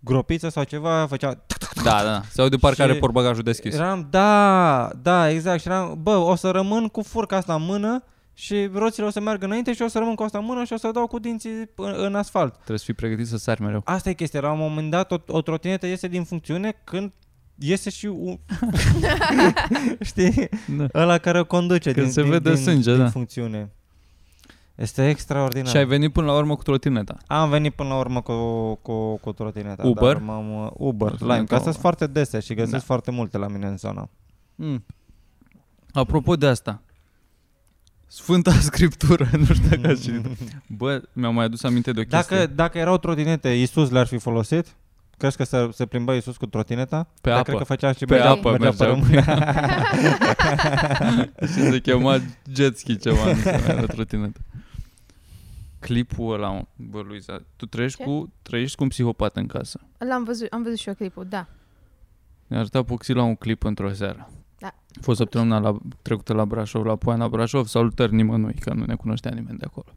gropiță sau ceva, făcea...
Da, da, da. Se aude parcă are
și-
portbagajul deschis.
Eram, da, da, exact. Și eram, bă, o să rămân cu furca asta în mână și roțile o să meargă înainte și o să rămân cu asta în mână și o să dau cu dinții în, în asfalt.
Trebuie să fii pregătit să sari mereu.
Asta e chestia. La un moment dat, o, o trotinetă iese din funcțiune când iese și un... Știi?
Da.
Ăla care o conduce
Când
din,
se
din,
vede
din,
sânge,
din
da.
funcțiune. Este extraordinar.
Și ai venit până la urmă cu trotineta.
Am venit până la urmă cu, cu, cu trotineta.
Uber?
Dar m-am, uh, Uber,
Trotineta
Lime, că astea
Uber.
sunt foarte dese și găsesc
Da.
foarte multe la mine în zonă.
Mm. Apropo de asta, Sfânta Scriptură, nu știu dacă ați citit. Bă, mi-am mai adus aminte de o chestie.
Mm. Dacă, dacă erau trotinete, Isus le-ar fi folosit? Crezi că se, se plimba Isus cu trotineta?
Pe
Dar
apă.
cred că făcea și
Pe
mergea-
apă mergeau.
pe rând.
Și se chema jet ski ceva, nu se mai era trotinetă. Clipul ăla, mă, bă, Luiza, tu trăiești
Ce?
cu, trăiești cu un psihopat în casă.
L-am văzut, am văzut și eu clipul, da.
Ne-a arătat Puxi la un clip într-o seară.
Da.
A fost săptămâna la, trecută la Brașov, la Poiana Brașov, salutări nimănui, că nu ne cunoștea nimeni de acolo.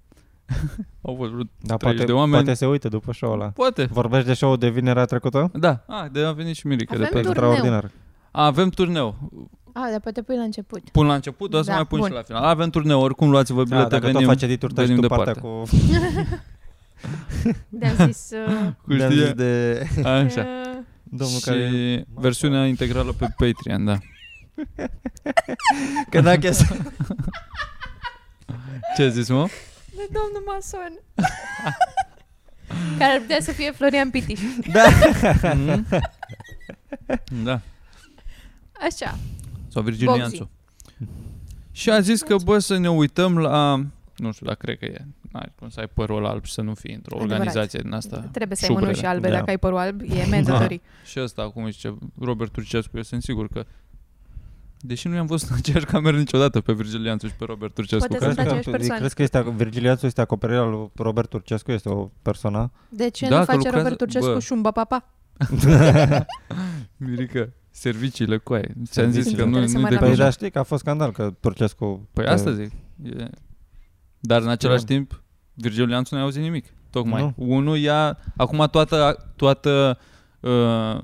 Au fost vreo
Dar
30
poate,
de oameni.
poate se uită după show-ul ăla.
Poate.
Vorbești de show de vinerea trecută?
Da, a, de a venit și Mirica de
Avem
pe
Turneu.
ă?
Da,
Extraordinar.
A, avem turneu.
A, dar poate pui la început.
Pun la început, doar să
Da,
mai pun și
bun.
la final. Avem turneu, oricum luați-vă
Da,
bilete,
dacă
venim,
tot face edituri tăi și
venim
tu
departe.
partea cu...
De-am zis... Uh,
Cu
de-am
știa-
zis de
Așa.
uh,
domnul
și
care...
versiunea integrală pe Patreon, da.
Că dacă e să-
Ce ai zis, mă?
de domnul Mason. Care ar putea să fie Florian Pitiș.
Mhm. da.
Așa.
Sau Virgil
Boxy.
Ianțu. Și a zis că, bă, să ne uităm la... Nu știu, dar cred că e. N-ai cum să ai părul ăla alb și să nu fii într-o
Adevărat. Da.
organizație din asta.
Trebuie să ai
șubrele.
mânuși albe
Da.
dacă ai părul alb. E mandatorii.
Și ăsta acum zice Robert Turcescu, eu sunt sigur că Deși nu i-am văzut în aceeași cameră niciodată pe Virgil Ianțu și pe Robert Turcescu.
Poate
care-
sunt aceeași persoană.
Crezi că este, ac- Virgil Iancu este acoperirea lui Robert Turcescu? Este o persoană?
De ce
Da,
nu
că
face
lucrează-
Robert Turcescu
bă.
și un bapapa?
Mirica, serviciile cu aia. Ți-am zis
Serviciile.
că nu,
Trebuie să
nu
mă
de
rog.
Păi
Cluj.
da, știi că a fost scandal că Turcescu... eh,
Păi
că-
Da.
asta zic. E... Dar în același timp, Virgil Ianțu n-a auzit nimic. Tocmai.
Nu.
Unul ia... Acum toată, toată uh,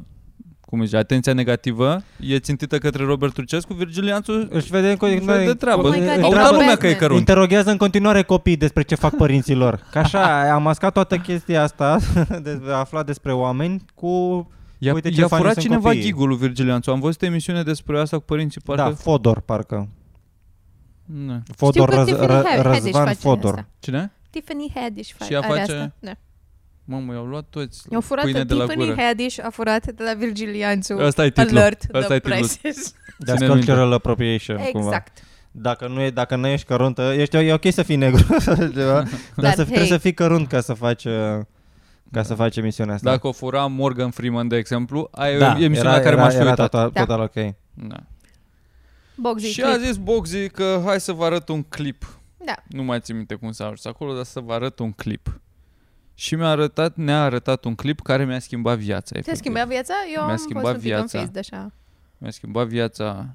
cum zice, atenția negativă e țintită către Robert Trucescu, Virgil Iancu
Își vede în continuare...
Păi, Noi de treabă.
Oh my God,
Au
e
dat
groaznic.
lumea că e cărunt.
Interoghează în continuare copiii despre ce fac părinții lor. Că așa, am mascat toată chestia asta, de a afla despre oameni cu...
I-a,
Uite ce
i-a
fani
furat
sunt
cineva
copiii.
ghigul lui Virgil Iancu. Am văzut emisiune despre asta cu părinții
Da,
parcă...
Fodor, parcă.
Da.
Fodor,
Știu că
Răz,
Tiffany
Ră-
Haddish
Răzvan
face
Fodor.
asta.
Cine?
Tiffany Haddish fa-
Și ea
are
face-
asta. Da.
Mamă, i-au luat toți
I-au furat
pâine de la
Tiffany
gură.
Haddish a furat de la Virgil Iancu.
Ăsta e titlul.
Alert
Ăsta
the
e titlul.
presses.
That's
Ține minte.
cultural appropriation, cumva.
Exact.
Dacă nu, e, dacă nu ești cărunt, ești, e ok să fii negru, ceva, dar
Dar
să, trebuie
hei.
să fii cărunt ca să faci, uh, ca să faci emisiunea asta.
Dacă o fura Morgan Freeman, de exemplu, ai da, emisiunea
era,
care
era,
m-aș fi
era
uitat.
total,
Da.
total ok.
Da.
Boxy
Și
clip.
a zis Boxy că hai să vă arăt un clip.
Da.
Nu mai țin minte cum s-a ajuns acolo, dar să vă arăt un clip. Și mi-a arătat, ne-a arătat un clip care mi-a schimbat viața.
Te-a
efectiv.
schimbat viața? Eu
Mi-a
am
schimbat
fost un pic
viața.
înfis de așa.
Mi-a schimbat viața.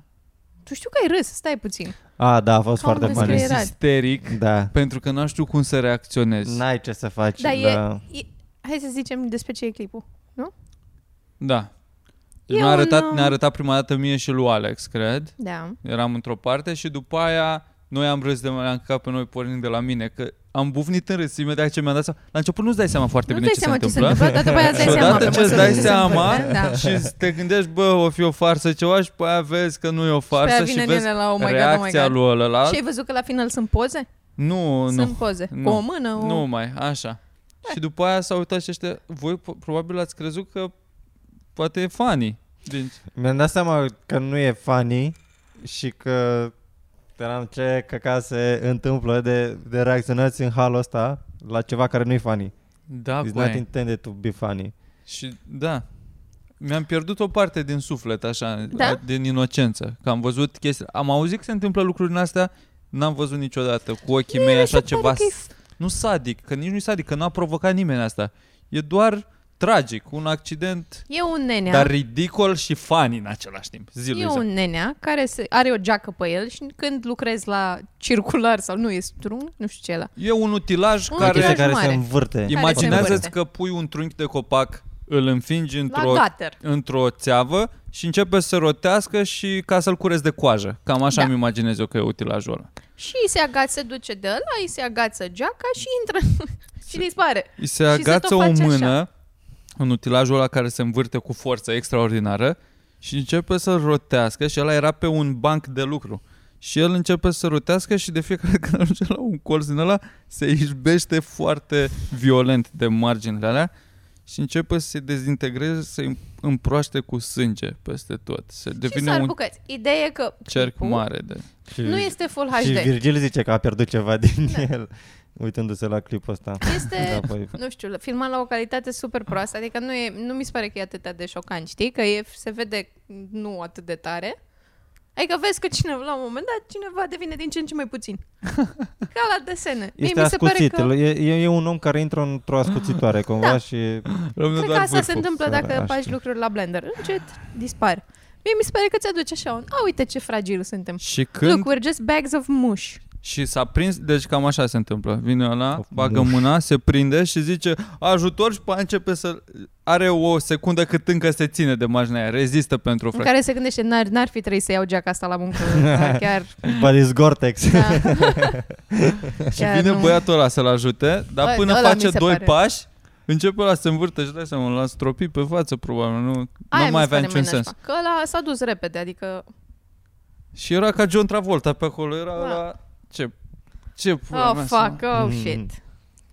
Tu știu că ai râs, stai puțin.
A, da, a fost
Ca un
foarte
Am
funny.
descriere. Era-
râs isteric
Da.
pentru că n-aș știu cum să reacționez.
N-ai ce să faci.
Dar e,
da.
e, hai să zicem despre ce e clipul.
Da.
E
Deci ne-a
un,
arătat,
uh,
ne-a arătat prima dată mie și lui Alex, cred.
Da.
Eram într-o parte și după aia noi am râs de la cap pe noi pornind de la mine, că am bufnit în râs imediat ce mi-am dat seama. La început nu-ți dai seama foarte
Nu
bine
dai
ce se
seama ce se
întâmplă.
întâmplă, dar după aia îți dai
Și
seama.
odată
pe
ce îți
măsură
dai
ce se
seama
întâmplă, da.
și te gândești, bă, o fi o farsă ceva și pe aia vezi că nu e o
aia
farsă și,
vine
vezi
ele la, oh my God, oh my
reacția
God.
lui ălălalt.
Și ai văzut că la final sunt poze?
Nu, nu,
Sunt Da. poze.
nu.
Cu o mână, o...
nu mai, așa. Și după aia s-au uitat și ăștia, voi po- probabil ați crezut că poate e funny. Deci,
Mi-am dat seama că nu e funny și că eram ce căca se întâmplă de, de reacționați în halul ăsta la ceva care nu e funny.
da,
It's not
băi.
intended to be funny.
Și da, mi-am pierdut o parte din suflet, așa,
Da?
a- din inocență. Că am văzut chestii, am auzit că se întâmplă lucruri din astea, n-am văzut niciodată cu ochii mei
mi
așa
se pare
ceva.
că e
s- Nu sadic, că nici nu sadic, că n-a provocat nimeni asta. E doar tragic, un accident,
E un nenea.
dar ridicol și funny în același timp. Zi,
E
Luiza.
un nenea care se, are o geacă pe el și când lucrezi la circular sau nu e strung, nu știu ce e la.
E un utilaj
Un
care...
utilaj
Chestia care
mare.
se învârte.
se
Imaginează-ți
învârte.
că pui un trunchi de copac, îl înfingi
La
într-o
gater.
într-o țeavă și începe să rotească și ca să-l curezi de coajă. Cam așa
Da.
îmi imaginez eu că e utilajul ăla.
Și îi se agață, se duce de ăla, îi se agață geaca și intră și dispare.
Îi se
Și se
agață
tot
o
face
mână în utilajul ăla care se învârte cu forță extraordinară și începe să rotească și ăla era pe un banc de lucru. Și el începe să rotească și de fiecare când ajunge la un colț din ăla se izbește foarte violent de marginile alea și începe să se dezintegreze, să se împroaște cu sânge peste tot. Se
și
devine
s-ar
un
bucăți. Ideea e că
cerc
clipul
mare de...
Și,
Nu este Full
și
HD.
Virgil zice că a pierdut ceva din
Da.
el uitându-se la clipul ăsta.
Este,
Da, păi.
nu știu, filmat la o calitate super proastă, adică nu, e, nu mi se pare că e atât de șocant, știi? Că e, se vede nu atât de tare. Adică vezi că cineva, la un moment dat, cineva devine din ce în ce mai puțin. Ca la desene. Mie
Este
mi se pare
ascuțit.
că...
Că... E, e, e, un om care intră într-o ascuțitoare cumva
Da.
și
Rămâne
Cred că
doar
asta se
vârful.
întâmplă
Fără
dacă
aștept.
faci lucruri la blender. Încet dispar. Mie mi se pare că ți-aduce așa un... A, uite ce fragil suntem.
Și când
Look, we're just bags of mush.
Și s-a prins, deci cam așa se întâmplă. Vine ăla,
Of,
bagă
muș.
mâna, se prinde și zice ajutor și pe aia începe să... Are o secundă cât încă se ține de marginea aia, rezistă pentru o
În
fractură.
care se gândește, n-ar, n-ar fi trebuit să iau geaca asta la muncă. dar chiar...
But it's Gore-Tex.
Da.
Și vine
nu.
băiatul ăla să-l ajute, dar
Bă,
până
ăla
face
mi se
doi
pare.
pași, începe la să se învârte și dai seama, l-a stropit pe față probabil, nu,
Aia mi
nu mai
se
avea
pare
niciun sens.
nașpa. Că ăla s-a dus repede, adică...
Și era ca John Travolta pe acolo, era
Da.
la... Ce? Ce pula
Oh,
mea Mm. să-
fuck, oh, shit.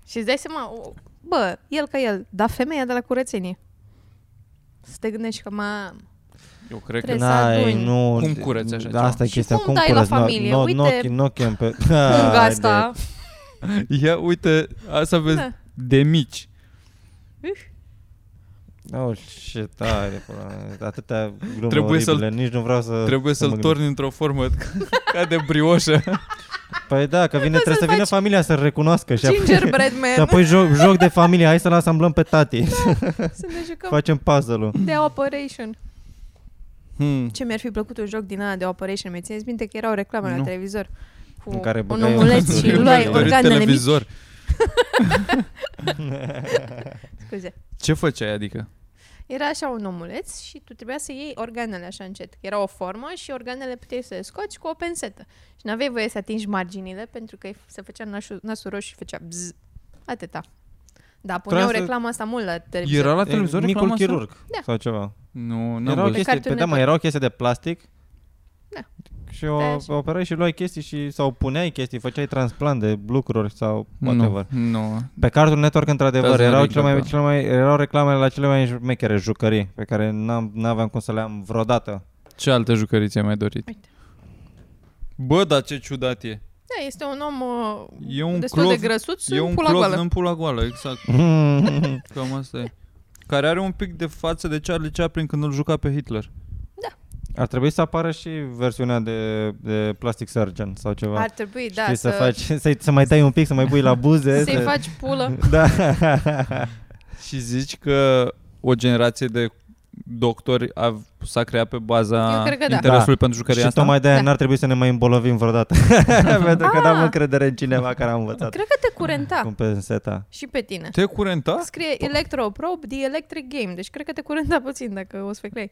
Și îți dai seama, o- bă, el ca el, dar femeia de la curățenie. Să te gândești că mă...
Eu cred că...
Trebuie să
N-ai,
aduni.
nu.
Cum cureți așa
Da, asta e
Și
chestia.
cum
Cum,
dai la
curăți?
familie?
No, no,
Uite-
no, no, chem pe...
Punga
Haide.
asta...
Ia uite, asta vezi,
Da.
de mici.
Oh, shit, tare, pula mea. atâtea glume
Trebuie
Trebuie
să-l-
să nici nu vreau să...
Trebuie
mă
să-l
gândesc.
torni într-o formă ca de brioșă.
Păi da, că vine, trebuie să
să-l
vină
faci-
familia să-l recunoască și apoi,
Gingerbread
și
man.
apoi joc, joc de familie, hai să-l asamblăm pe tati,
Da, Să ne jucăm
facem puzzle-ul.
de operation.
Hmm.
Ce mi-ar fi plăcut un joc din ăla de Operation. Mi țineți minte că erau reclame
Nu.
la televizor cu
În care
un
băgai
omuleț
un-
și
un-
luai
un-
organele mici.
televizor.
Scuze.
Ce făceai, adică?
Era așa un omuleț și tu trebuia să iei organele așa încet. Era o formă și organele puteai să le scoți cu o pensetă. Și n-aveai voie să atingi marginile pentru că îi f- se făcea nasul, nasul roșu și făcea bzz. Atâta. Da, puneau
Trebuia să-
reclama asta mult la televizor.
Era la
E,
televizor
Micul
reclama asta?
chirurg
Da.
sau ceva.
Nu,
Era
n-am
o
văzut.
chestie, pe
Cartoon
da, mă,
Network.
era o chestie de plastic.
Da.
Și
Stai
o
așa.
operai și luai chestii și, sau puneai chestii, făceai transplant de lucruri sau whatever.
Nu, nu.
Pe Cartoon Network, într-adevăr,
Asta
erau,
zic,
cele mai,
da.
cele mai, erau reclamele la cele mai șmechere jucării pe care n-am, n-aveam cum să le am vreodată.
Ce alte jucării ți-ai mai dorit?
Uite.
Bă, dar ce ciudat e.
Da, este un om uh,
E un
destul
clov,
de grăsuț și
e un
pula
clov
goală.
în pula goală, exact. Cam asta e. Care are un pic de față de Charlie Chaplin când îl juca pe Hitler.
Ar trebui să apară și versiunea de, de Plastic Surgeon sau ceva.
Ar trebui, da,
Știi,
să,
să, faci, să, să mai dai un pic, să mai pui la buze.
să-i faci pulă.
Da.
Și zici că o generație de doctori a, s-a creat pe
Eu
baza
cred că da.
interesului pentru jucăria
Ah, Și
asta?
tocmai de-aia
Da.
n-ar trebui să ne mai îmbolovim vreodată. Pentru că n-am
Ah.
încredere în cineva care a
Da.
învățat
Cred că da. te curenta
cum pe seta.
și pe tine.
Te curenta?
Scrie Electroprobe, The Electric Game. Deci cred că te curenta puțin dacă o sfeclei.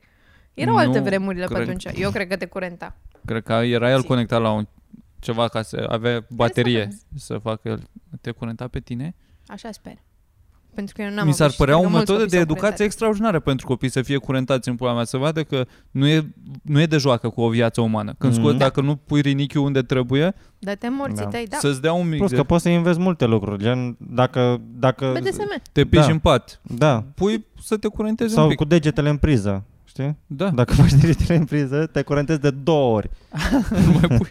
Erau alte
Nu
vremurile pe
cred.
atunci. Eu cred că te curenta.
Cred că era el
Zi.
conectat la un ceva ca să avea baterie
vezi.
să facă el. Te curenta pe tine?
Așa sper. Pentru că eu n-am
Mi s-ar
avut și
părea
cred
o
că mulți
metodă
copii
de
s-au
educație
curentat.
extraordinară pentru copii să fie curentați în pula mea, să vadă că nu e, nu e de joacă cu o viață umană. Când
Mhm.
scoți, dacă nu pui rinichiul unde trebuie,
Dar te morți,
Da.
da. da.
să-ți dea un mic
Plus
de...
că poți să înveți multe lucruri, gen dacă... dacă
BDSM.
Te piși
Da.
în pat.
da,
Pui să te curentezi un
sau
pic.
cu degetele în priză, știi?
Da,
Dacă faci degetele în priză, te curentezi de două ori.
nu mai pui.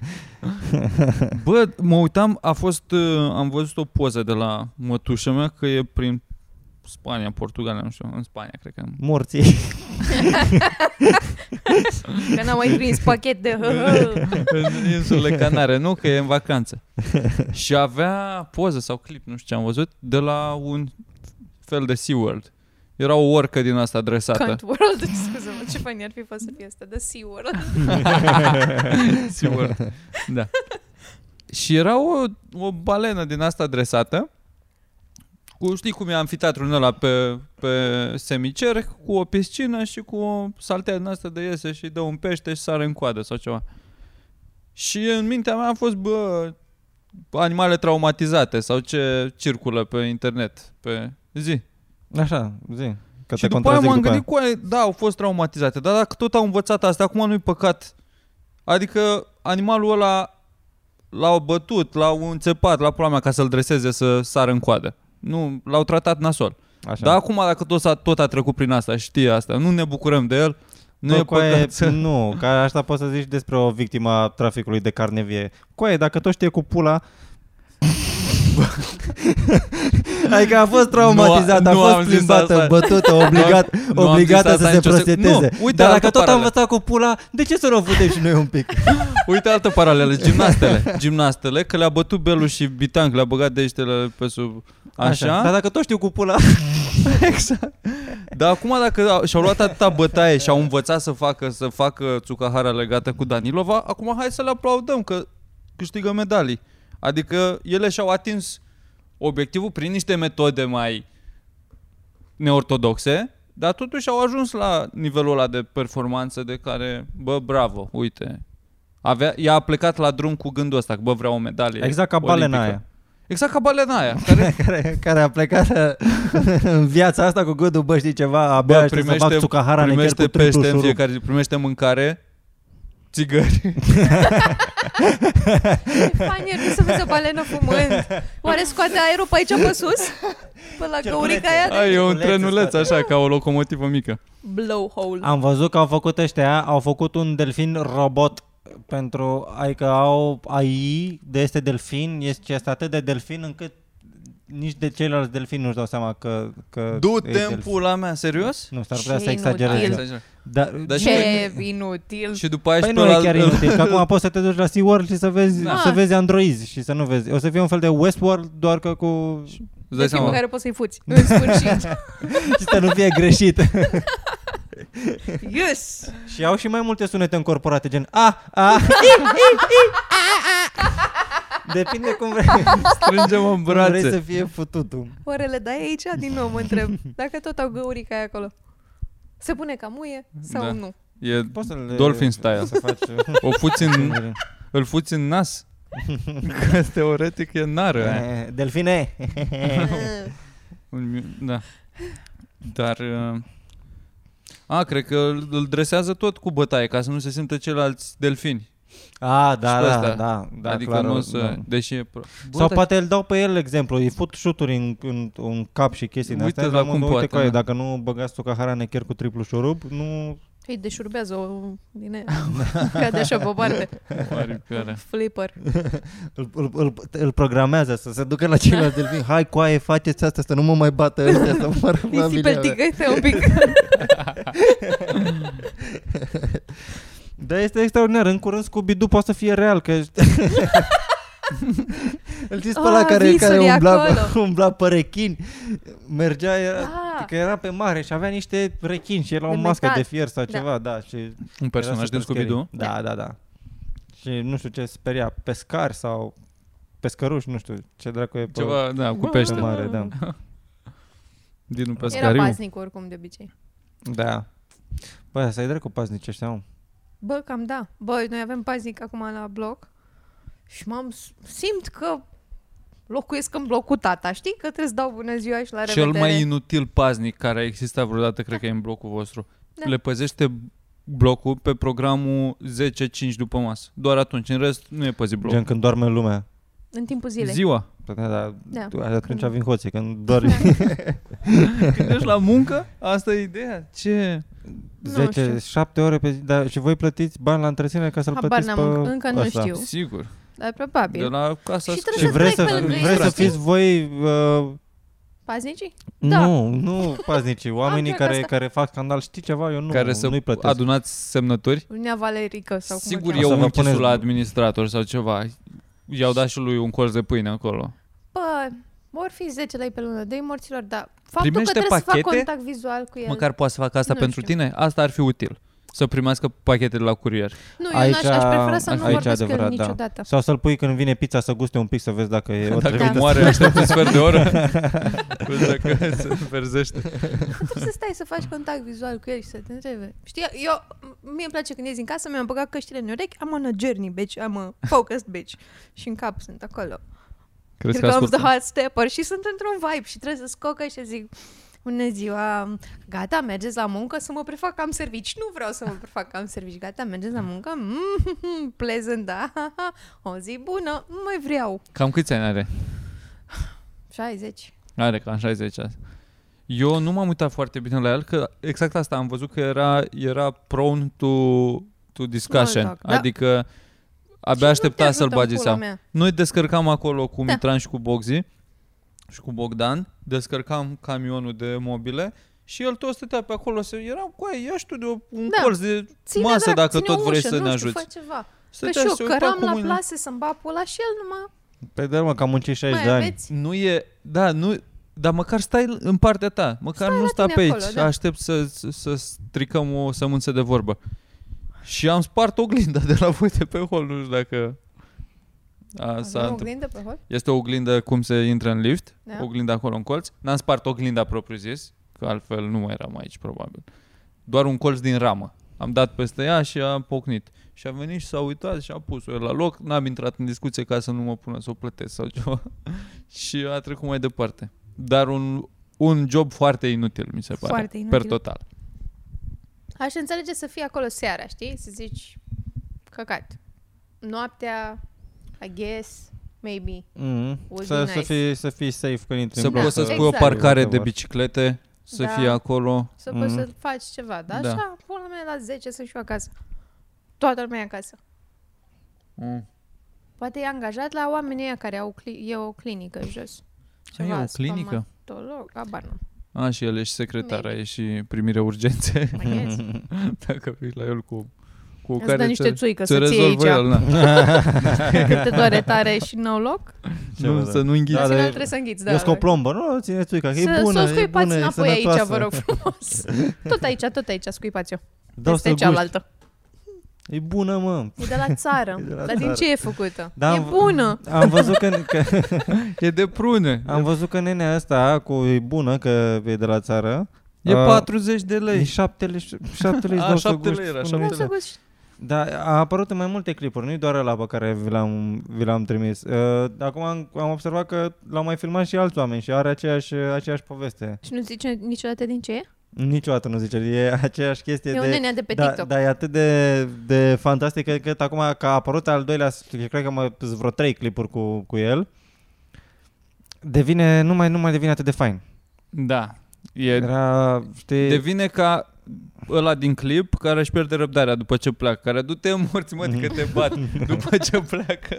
Bă, mă uitam, a fost, uh, am văzut o poză de la mătușa mea că e prin Spania, Portugalia, nu știu, în Spania, cred că.
Morții.
Că n-am mai prins pachet de...
Da, în insulele Canare, nu? Că e în vacanță. Și avea poză sau clip, nu știu ce am văzut, de la un fel de SeaWorld. Era o orcă din asta adresată.
Cunt World, scuze-mă, ce fain ar fi fost să fie asta, de Sea World.
Sigur. Da. Și era o, o balenă din asta dresată. Cu, știi cum e amfiteatrul ăla pe, pe semicerc, cu o piscină și cu o saltea din asta de iese și dă un pește și sare în coadă sau ceva. Și în mintea mea a fost, bă, animale traumatizate sau ce circulă pe internet, pe zi.
Așa, zi. Că
și
te
după aia
contrazic
m-am
după aia.
gândit, cu da, au fost traumatizate, da, dar dacă tot au învățat asta, acum nu-i păcat. Adică animalul ăla l-au bătut, l-au înțepat la pula mea ca să-l dreseze să sară în coadă. Nu, l-au tratat nasol.
Așa.
Dar acum dacă tot a, tot a trecut prin asta, știe asta, nu ne bucurăm de el, nu e
Bă, coaie,
păcat să...
Nu, ca asta poți să zici despre o victimă a traficului de carne vie. Coaie, dacă tot știe cu pula... adică a fost traumatizat,
Nu a-
a
nu am
fost
zis
plimbată,
asta.
bătută, obligat,
nu am zis
obligată
asta
să se
nicio sec-
prostitueze.
Nu, uite,
Dar
altă
dacă tot am
paralelă.
învățat cu pula, de ce să nu o putem și noi un pic?
Uite altă paralelă, gimnastele. Gimnastele, că le-a bătut Belu și Bitanc, le-a băgat degetele pe sub... Așa. Exact.
Dar dacă tot știu cu pula...
Dar acum dacă au- și-au luat atâta bătaie și au învățat să facă, să facă țucahara legată cu Danilova, acum hai să le aplaudăm că câștigă medalii. Adică ele și-au atins obiectivul prin niște metode mai neortodoxe, dar totuși au ajuns la nivelul ăla de performanță de care, bă, bravo, uite. Avea, ea a plecat la drum cu gândul ăsta, că bă, vreau o medalie
Exact ca balena
olimpică.
aia.
Exact ca balena aia, care
Care, care a plecat în viața asta cu gândul, bă, știi ceva, abia
Bă,
aștept să fac țucahara în
primește
cu triplu
pește în
șurub.
fiecare zi, primește mâncare, țigări.
Fain ar fi să vezi o balenă fumând. Oare scoate aerul pe aici pe sus? Pe la găurica aia?
Ai, e un
trenuleț
trenuleț
scoate.
așa, ca o locomotivă mică.
Blowhole.
Am văzut că au făcut ăștia, au făcut un delfin robot pentru, adică au AI de este delfin, este, este atât de delfin încât nici de ceilalți delfini nu-și dau seama că, că e
Du-te în
delfin.
pula mea, serios?
Nu, s-ar putea
Ce
să exagereze.
inutil.
Exagerat.
Dar,
Dar și,
Ce inutil.
și după aia
Păi
și
nu
pe
e
la...
chiar inutil, că acum poți să te duci la SeaWorld și să vezi,
Da.
să vezi androizi și să nu vezi. O să fie un fel de Westworld, doar că cu...
Îți
De
dai
tipul
seama. Da.
care poți să-i fuți. În sfârșit.
și să nu fie greșit.
Yes!
și au și mai multe sunete încorporate, gen a, a, Depinde cum vrei,
Strângem în
cum vrei să
brațe.
fie fututul.
Oare le dai aici? Din nou mă întreb. Dacă tot au găurica aia acolo. Se pune ca muie sau
Da.
nu?
E,
Poți să le...
Dolphin style.
Să faci...
o fuți în, îl fuți în nas. Că teoretic e nară.
Da.
aia.
Eh, Delfine!
Un mi- Da. Dar... uh, A, cred că îl îl dresează tot cu bătaie ca să nu se simtă ceilalți delfini.
Ah, da,
Și pe
da, da,
ăsta.
da, da,
adică
clar,
nu o
da.
să... Deși e... Pro... Bă,
Sau
dar-
poate îl dau pe el exemplu, îi fut șuturi în, în, în cap și chestii de
Uite
astea.
la
la
cum
uite
poate,
că e,
da.
dacă nu băgați tu ca harane chiar cu triplu șurub, nu...
Îi deșurbează o din aia. Cade așa pe o parte.
Mare pioare.
Flipper.
Îl, îl, îl, îl programează să se ducă la ceilalți delfini. Hai, coaie, faceți asta, să nu mă mai bată ăștia, să moară familia mea.
Nisipeltică un pic.
Dar Da, este extraordinar, în curând Scooby-Doo poate să fie real, că... Îl știți pe
Ah,
ăla care, care
visuri
umbla,
acolo.
umbla pe rechin, mergea, era,
Ah.
că era pe mare și avea niște rechini și era o
De
mască
metal.
de fier sau
Da.
ceva, da, și
Un personaj
Era
din
super scary.
Scooby-Doo.
Da, da, da. Și nu știu ce speria, pescar sau pescăruși, nu știu ce dracu e pe,
Ceva, da, cu
Bă,
pe
pește.
mare, da.
Din un
Era
pescariu.
paznic oricum de obicei.
Da. Bă, să-i dracu paznici ăștia, mă.
Bă, cam da. Bă, noi avem paznic acum la bloc și m-am simt că locuiesc în blocul tata, știi? Că trebuie să dau bună ziua și la
Cel
revedere.
mai inutil paznic care a existat vreodată, cred că e în blocul vostru.
Da.
Le păzește blocul pe programul 10-5 după masă. Doar atunci. În rest, nu e păzit blocul.
Gen când doarme lumea.
În timpul zilei.
Ziua.
Păi Da, da,
Da.
da. Atunci vin hoții, când doar
Când ești la muncă, asta e ideea. Ce?
Nu
10,
știu.
7 ore pe zi, dar și voi plătiți bani la întreținere ca să-l
Habar
plătiți
n-am,
pe
înc- încă nu
ăsta.
știu.
Sigur.
Dar
De
probabil.
la casa
Și
Și
trebuie
vreți să,
trec pe lângă ei,
vreți să
știi?
fiți voi uh,
Paznicii? Da.
Nu, nu paznicii, oamenii
cred
care,
asta.
care fac scandal, știi ceva, eu nu,
care
nu-i
să
plătesc.
adunați semnături.
Lunea Valerică sau cum
Sigur,
o cheamă.
O să
eu
vă
închisul
puneți-
la administrator sau ceva. I-au dat și lui un colț de pâine acolo.
Bă, ori fi 10 lei pe lună, dă-i morților, dar faptul
Primește
că trebuie să fac
pachete?
contact vizual cu el.
Măcar poate să facă asta
Nu
pentru
știu.
tine? Asta ar fi util. Să primească pachete de la curier.
Nu, eu
Aici-
aici, aș prefera să nu
aici
vorbesc cu el
adevărat, da.
niciodată.
Sau să-l pui când vine pizza să guste un pic să vezi dacă e
Da.
Dacă
otrivită.
moare, aștept un sfert de oră. Vezi dacă se înverzește.
Păi, Trebuie să stai să faci contact vizual cu el și să te întrebe. Știi, eu, mie îmi place când ies din casă, mi-am băgat căștile în urechi, am on a journey, bitch, am a focused, bitch. Și în cap sunt acolo.
Crezi că
Here comes the
ascultă?
hot stepper și sunt într-un vibe și trebuie să scocă și să zic, Bună ziua, gata, mergeți la muncă să mă prefac că am servici. Nu vreau să mă prefac că am servici. Gata, mergeți la muncă? Mm, pleasant, da. O zi bună, nu mai vreau.
Cam câți ani are?
60.
Are cam 60 ani. Eu nu m-am uitat foarte bine la el, că exact asta am văzut că era, era prone to, to discussion.
Small talk, da.
adică
Și
abia
nu te
aștepta
ajută
să-l
în
bage
pula
seama.
mea.
Noi descărcam acolo cu
Da.
Mitran și cu Boxy și cu Bogdan, descărcam camionul de mobile și el tot stătea pe acolo, se, era cu aia, ia și tu de o- un
Da.
colț de
Ține,
masă
drag,
dacă
ține
tot
o
vrei
ușă,
să ne
nu știu,
ajuți.
fă ceva. Că
Stătea
și eu
se uita
căram
cu
la
mâinile.
plase să-mi bat pula și el numai
Păi da, mă, că am muncit 60 de
mai
ani.
aveți.
Nu e, da, nu, dar măcar stai în partea ta, măcar
Stai
nu
la
sta pe
tine
aici,
acolo, da.
aștept să, să, să stricăm o sămânță de vorbă. Și am spart oglinda de la voi de pe hol, nu știu dacă a, s-a
Avem o
întâmplat.
oglindă pe hol?
Este o oglindă cum se intră în lift,
Da.
da. oglinda acolo în colț. N-am spart oglinda propriu zis, că altfel nu mai eram aici probabil. Doar un colț din ramă. Am dat peste ea și a pocnit. Și a venit și s-a uitat și a pus-o el la loc. N-am intrat în discuție ca să nu mă pună să o plătesc sau ceva. și a trecut mai departe. Dar un, un job foarte inutil, mi se pare.
Foarte inutil.
Per total.
Aș înțelege să fii acolo seara, știi? Să zici, căcat. Noaptea, I guess, maybe.
Mhm.
Would
Să,
be
să,
nice.
fii, să fii safe când intri
Să
în bloc,
poți să-ți
exact.
pui o parcare de
Whatever.
biciclete, să
Da.
fie acolo.
Să poți
Mhm.
să faci ceva, dar
Da.
așa, pula mea, la 10 sunt și eu acasă. Toată lumea e acasă.
Mm.
Poate e angajat la oamenii ăia care au cli- e o clinică jos.
e o clinică?
Stomatolog, abar nu.
A, și el e și secretara,
Maybe.
e și primire urgențe.
I guess.
Dacă vii la el cu, cu
Îți dă
care
niște
ți,
țuică
ți
să ții aici,
rezolvă el. Na.
că te doare tare și n-au loc.
Ce
nu,
vă
să nu înghiți.
Da,
Da,
dar
trebuie să înghiți, da.
Eu scop
da.
plombă, nu, ține tu, că
Să-
e bună,
să o
e
scuipați
bună, e
înapoi
sănătoasă.
aici, vă rog frumos. Tot aici, tot aici scuipați-o.
Dau
Peste
să gust.
cealaltă.
E bună, mă.
E de la țară.
E de la
Dar din
țară.
ce e făcută?
Da,
e
am-
bună.
Am văzut că, că
E de prune.
Am văzut că nenea asta cu e bună, că e de la țară,
E
A,
40 de
E
lei.
7 lei, 7 lei,
A,
dau să
șapte
gust,
lei era,
spune
șapte
lumea.
lei.
Dar a apărut în mai multe clipuri, nu-i doar ăla pe care vi l-am, vi l-am trimis. Uh, acum am, am observat că l-au mai filmat și alți oameni și are aceeași, aceeași poveste.
Și nu zice niciodată din ce e?
Niciodată nu zice, e aceeași chestie
E
de...
un nenea de pe
da,
TikTok.
Dar e atât de, de fantastic că, că acum că a apărut al doilea, eu cred că mai sunt vreo trei clipuri cu, cu el, devine, nu mai, nu mai devine atât de fain.
Da. E
Era, știi,
Devine ca ăla din clip care își pierde răbdarea după ce pleacă, care du-te morți mă că te bat după ce pleacă.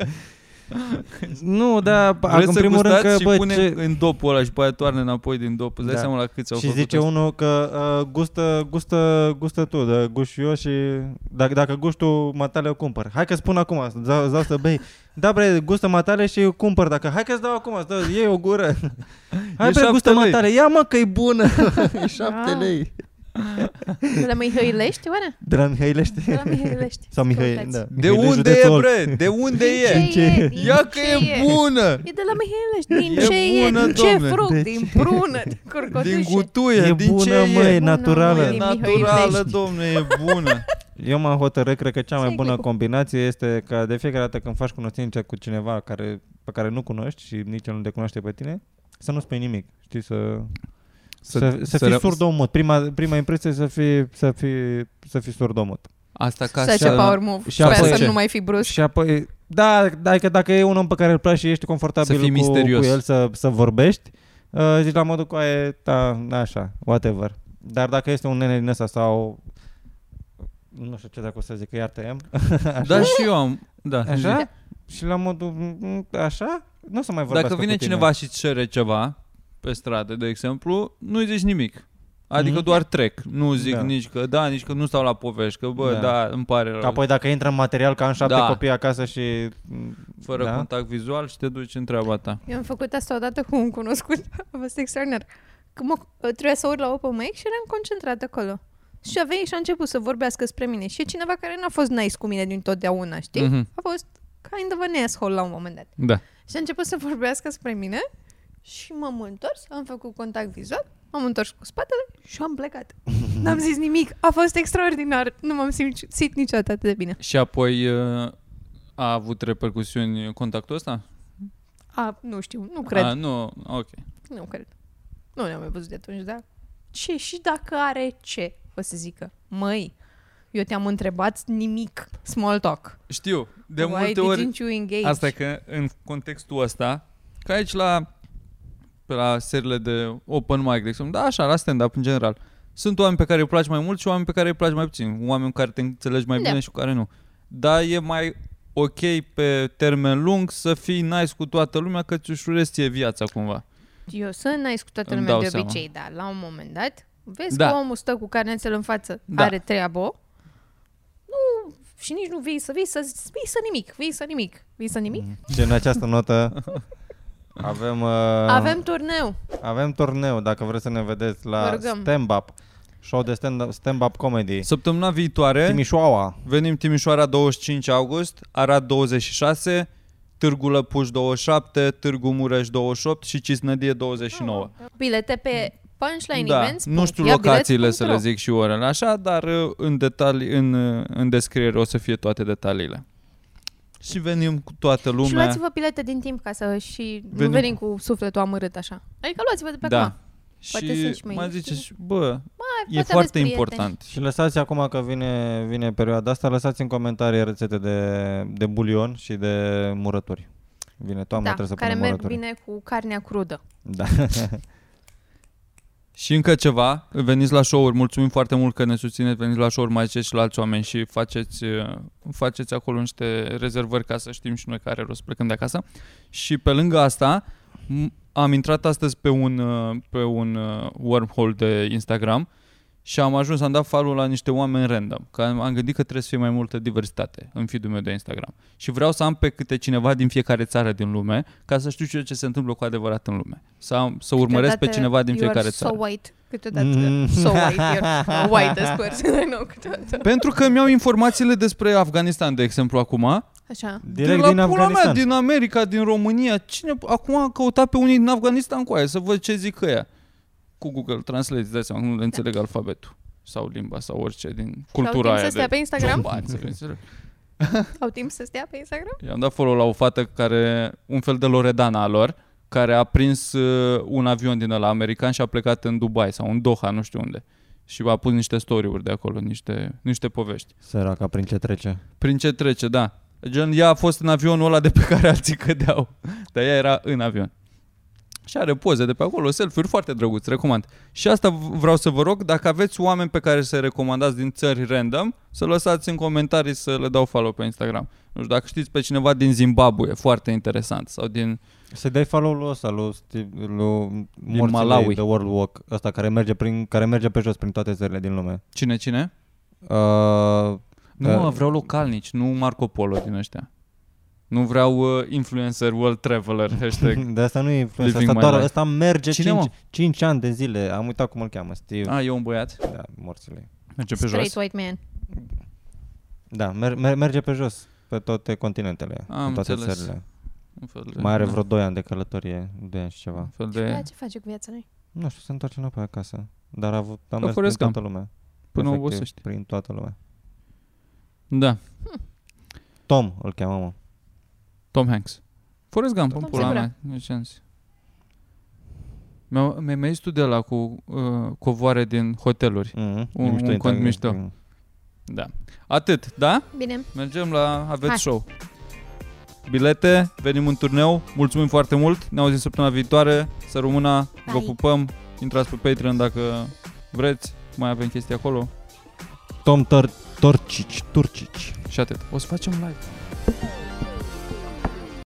nu, dar
Vreți
Păi, în
să
primul rând
gustați
că,
și
bă,
pune
ce,
în dopul ăla și pe aia toarnă înapoi din dop. Îți dai
Da.
seama la câți au
Și
făcut
zice
asta?
unul că uh, gustă, gustă, gustă tu, dă guși eu și dacă, dacă gustul matale o cumpăr. Hai că spun acum, îți dau, îți dau să bei. Da bre, gustă matale și eu cumpăr dacă. Hai că îți dau acum, îți dau, iei o gură. Hai
E
bre, gustă
șapte lei.
matale, ia mă că e bună.
E 7
Wow.
lei.
De la Mihăilești, oare?
De la Mihailește.
De la Mihăilești.
Sau Mihai,
Ascultați.
da.
De
Mihai
unde e,
județul Olt.
bre? De unde
Din
e?
ce e? Din
Ia că
ce
e bună!
E de la Mihăilești. Din
E
ce
bună,
e? Din ce
domne.
fruct?
De
Din prună, din curcotușe.
Din gutuie,
E
din ce
bună, mă,
e?
e
Bună, mă,
naturală.
E
din
naturală,
Mihăilești.
domne, e bună.
Eu m-am hotărât, cred că cea mai
Ce-i
bună
cu-
combinație este că de fiecare dată când faci cunoștință cu cineva care, pe care nu cunoști și nici el nu te cunoaște pe tine, să nu spui nimic, știi, să... Să, să, să fii
re-
surdomut. Prima, prima impresie să fii, să fii, să fii surdomut.
Asta ca
Such a power move.
și
Sper
apoi
să
ce?
nu mai fi brusc.
Și apoi, da, dacă, dacă e un om pe care îl place și ești confortabil
Să fii
cu,
misterios.
cu el să, să vorbești, uh, zici la modul cu aia, da, așa, whatever. Dar dacă este un nene din ăsta sau... Nu știu ce dacă o să zic, că iar tăiem.
Da, și eu am. Da,
Așa? Și la modul, mm, așa? Nu o să mai vorbească
Dacă vine
cu tine.
cineva și îți cere ceva pe stradă, de exemplu, nu-i zici nimic. Adică
Mhm.
doar trec. Nu zic
Da.
nici că da, nici că nu stau la povești, că bă,
Da.
da, îmi pare rău.
Că apoi dacă intră în material ca în șapte
Da.
copii acasă și... mm,
Fără
da?
contact vizual și te duci în treaba ta.
Eu am făcut asta odată cu un cunoscut, a fost extraordinar. Că mă, trebuia să urc la open mic și eram concentrată acolo. Și a venit și a început să vorbească spre mine. Și e cineva care n-a fost nice cu mine din totdeauna, știi? Mm-hmm.
Mhm.
A fost kind of an asshole la un moment dat.
Da.
Și a început să vorbească spre mine și m-am întors, am făcut contact vizual, m-am întors cu spatele și am plecat. N-am zis nimic, a fost extraordinar, nu m-am simțit niciodată atât de bine.
Și apoi uh, a avut repercusiuni contactul ăsta?
A, nu știu, nu cred.
A, nu, ok.
Nu cred. Nu ne-am mai văzut de atunci, da? Ce? Și dacă are ce? O să zică, măi, eu te-am întrebat nimic, small talk.
Știu, de
Why
multe
didn't
ori
you engage?
Asta e că în contextul ăsta, că aici la, pe la serile de open mic, de exemplu, da, așa, la stand-up în general, sunt oameni pe care îi place mai mult și oameni pe care îi place mai puțin, oameni cu care te înțelegi mai
Da.
bine și cu care nu. Dar e mai ok pe termen lung să fii nice cu toată lumea că ți ușurezi ție viața cumva.
Eu sunt nice cu toată
Îmi
lumea
dau
de
seama.
obicei, dar la un moment dat, vezi
Da.
că omul stă cu carnețel în față,
Da.
are treabă, nu, și nici nu vei să vei să, vei să nimic, vei să nimic, vei să nimic.
Și în această notă avem, uh,
Da.
Avem turneu.
avem turneu, dacă vreți să ne vedeți,
Vă
la
rugăm.
stand-up, show de stand-up, stand-up comedy.
Săptămâna viitoare
Timișoara.
venim Timișoara 25 august, Arad 26, Târgu Lăpuș 27, Târgu Mureș 28 și Cisnădie 29.
Bilete pe punchline events.
nu știu locațiile să le zic și orele așa, dar uh, în, detalii, în, uh, în descriere o să fie toate detaliile. Și venim cu toată
Și
lumea.
luați-vă bilete din timp ca să și
Venim.
nu venim cu sufletul amărât așa. Adică luați-vă de pe
da.
acum. Poate sunt
și
și mai
mai
ieftine.
ziceți, bă,
poate
e
aveți
foarte
prieteni.
important.
Și lăsați acum că vine, vine perioada asta, lăsați în comentarii rețete de, de bulion și de murături. Vine toamna,
da,
trebuie să
care
punem
merg
murături.
bine cu carnea crudă.
Da.
Și încă ceva, veniți la show-uri, mulțumim foarte mult că ne susțineți, veniți la show-uri, mai ziceți și la alți oameni și faceți, uh, faceți acolo niște rezervări ca să știm și noi care rost plecând de acasă. Și pe lângă asta, m- am intrat astăzi pe un, uh, pe un uh, wormhole de Instagram și am ajuns, am dat follow la niște oameni random, că am am gândit că trebuie să fie mai multă diversitate în feed-ul meu de Instagram. Și vreau să am pe câte cineva din fiecare țară din lume, ca să știu și eu ce se întâmplă cu adevărat în lume. Să, am- să urmăresc pe
Câteodată
cineva din
you are
fiecare țară. Mm.
so white. Câteodată. so white. You're the whitest person I know câteodată.
Pentru că mi-au informațiile despre Afganistan, de exemplu, acum.
Așa.
Direct
de la
din
pula
Afganistan.
Mea, din America, din România. Cine acum a căutat pe unii din Afganistan cu aia, să văd ce zic ăia. cu Google Translate, îți dai seama că nu le înțeleg
Da.
alfabetul sau limba sau orice din
Au
cultura
timp
aia
să stea
de
pe Instagram?
Ba, înțeleg, înțeleg.
Au timp să stea pe Instagram?
I-am dat follow la o fată care, un fel de Loredana a lor, care a prins uh, un avion din ăla american și a plecat în Dubai sau în Doha, nu știu unde. Și a pus niște story-uri de acolo, niște, niște povești.
Săraca prin ce trece.
Prin ce trece, da. Gen, ea a fost în avionul ăla de pe care alții cădeau. Dar ea era în avion. Și are poze de pe acolo, selfie-uri foarte drăguț, recomand. Și asta v- vreau să vă rog, dacă aveți oameni pe care să recomandați din țări random, să lăsați în comentarii să le dau follow pe Instagram. Nu știu, dacă știți pe cineva din Zimbabwe, foarte interesant, sau din...
Să dai follow lui ăsta, lui, Steve- lui
Malawi.
Morții de World Walk, ăsta care merge, prin, care merge pe jos prin toate țările din lume.
Cine, cine?
Uh,
Nu,
Da.
mă, vreau localnici, nu Marco Polo din ăștia. Nu vreau uh, influencer, world traveler, hashtag.
de asta nu e influența,
Living
asta,
my
doar,
life.
asta merge
Cine,
5,
mă? Ah.
5 ani de zile, am uitat cum îl cheamă, Steve,
A, e un băiat,
da, morțile.
merge pe jos.
Straight white man.
Da, mer- mer- merge pe jos, pe toate continentele,
Am
în toate
înțeles.
țările.
Un fel de,
Mai are
da,
vreo 2 ani de călătorie, 2 ani și ceva.
un fel
Da,
de...
ce face cu viața noi?
Nu știu, se întoarce înapoi acasă, dar a, avut, a
La
mers prin
Forest Gump.
toată lumea.
Până
Efectiv,
obosești.
Prin toată lumea.
Da,
Tom îl cheamă, mă.
Tom Hanks. Forrest Gump, în
Tom
pula
Segura.
mea, nu sens. Mi-a mi-a mai studia la cu uh, covoare din hoteluri.
Mm-hmm.
Un- un cont mișto.
exact.
Da. Atât, da?
Bine.
Mergem la Aveți
Hai.
Show. Bilete, venim în turneu, mulțumim foarte mult, ne auzim săptămâna viitoare, să rămână, vă
Bye.
pupăm, intrați pe Patreon dacă vreți, mai avem chestii acolo
Tom Tor- Torcici, Turcici.
și atât. O să facem live.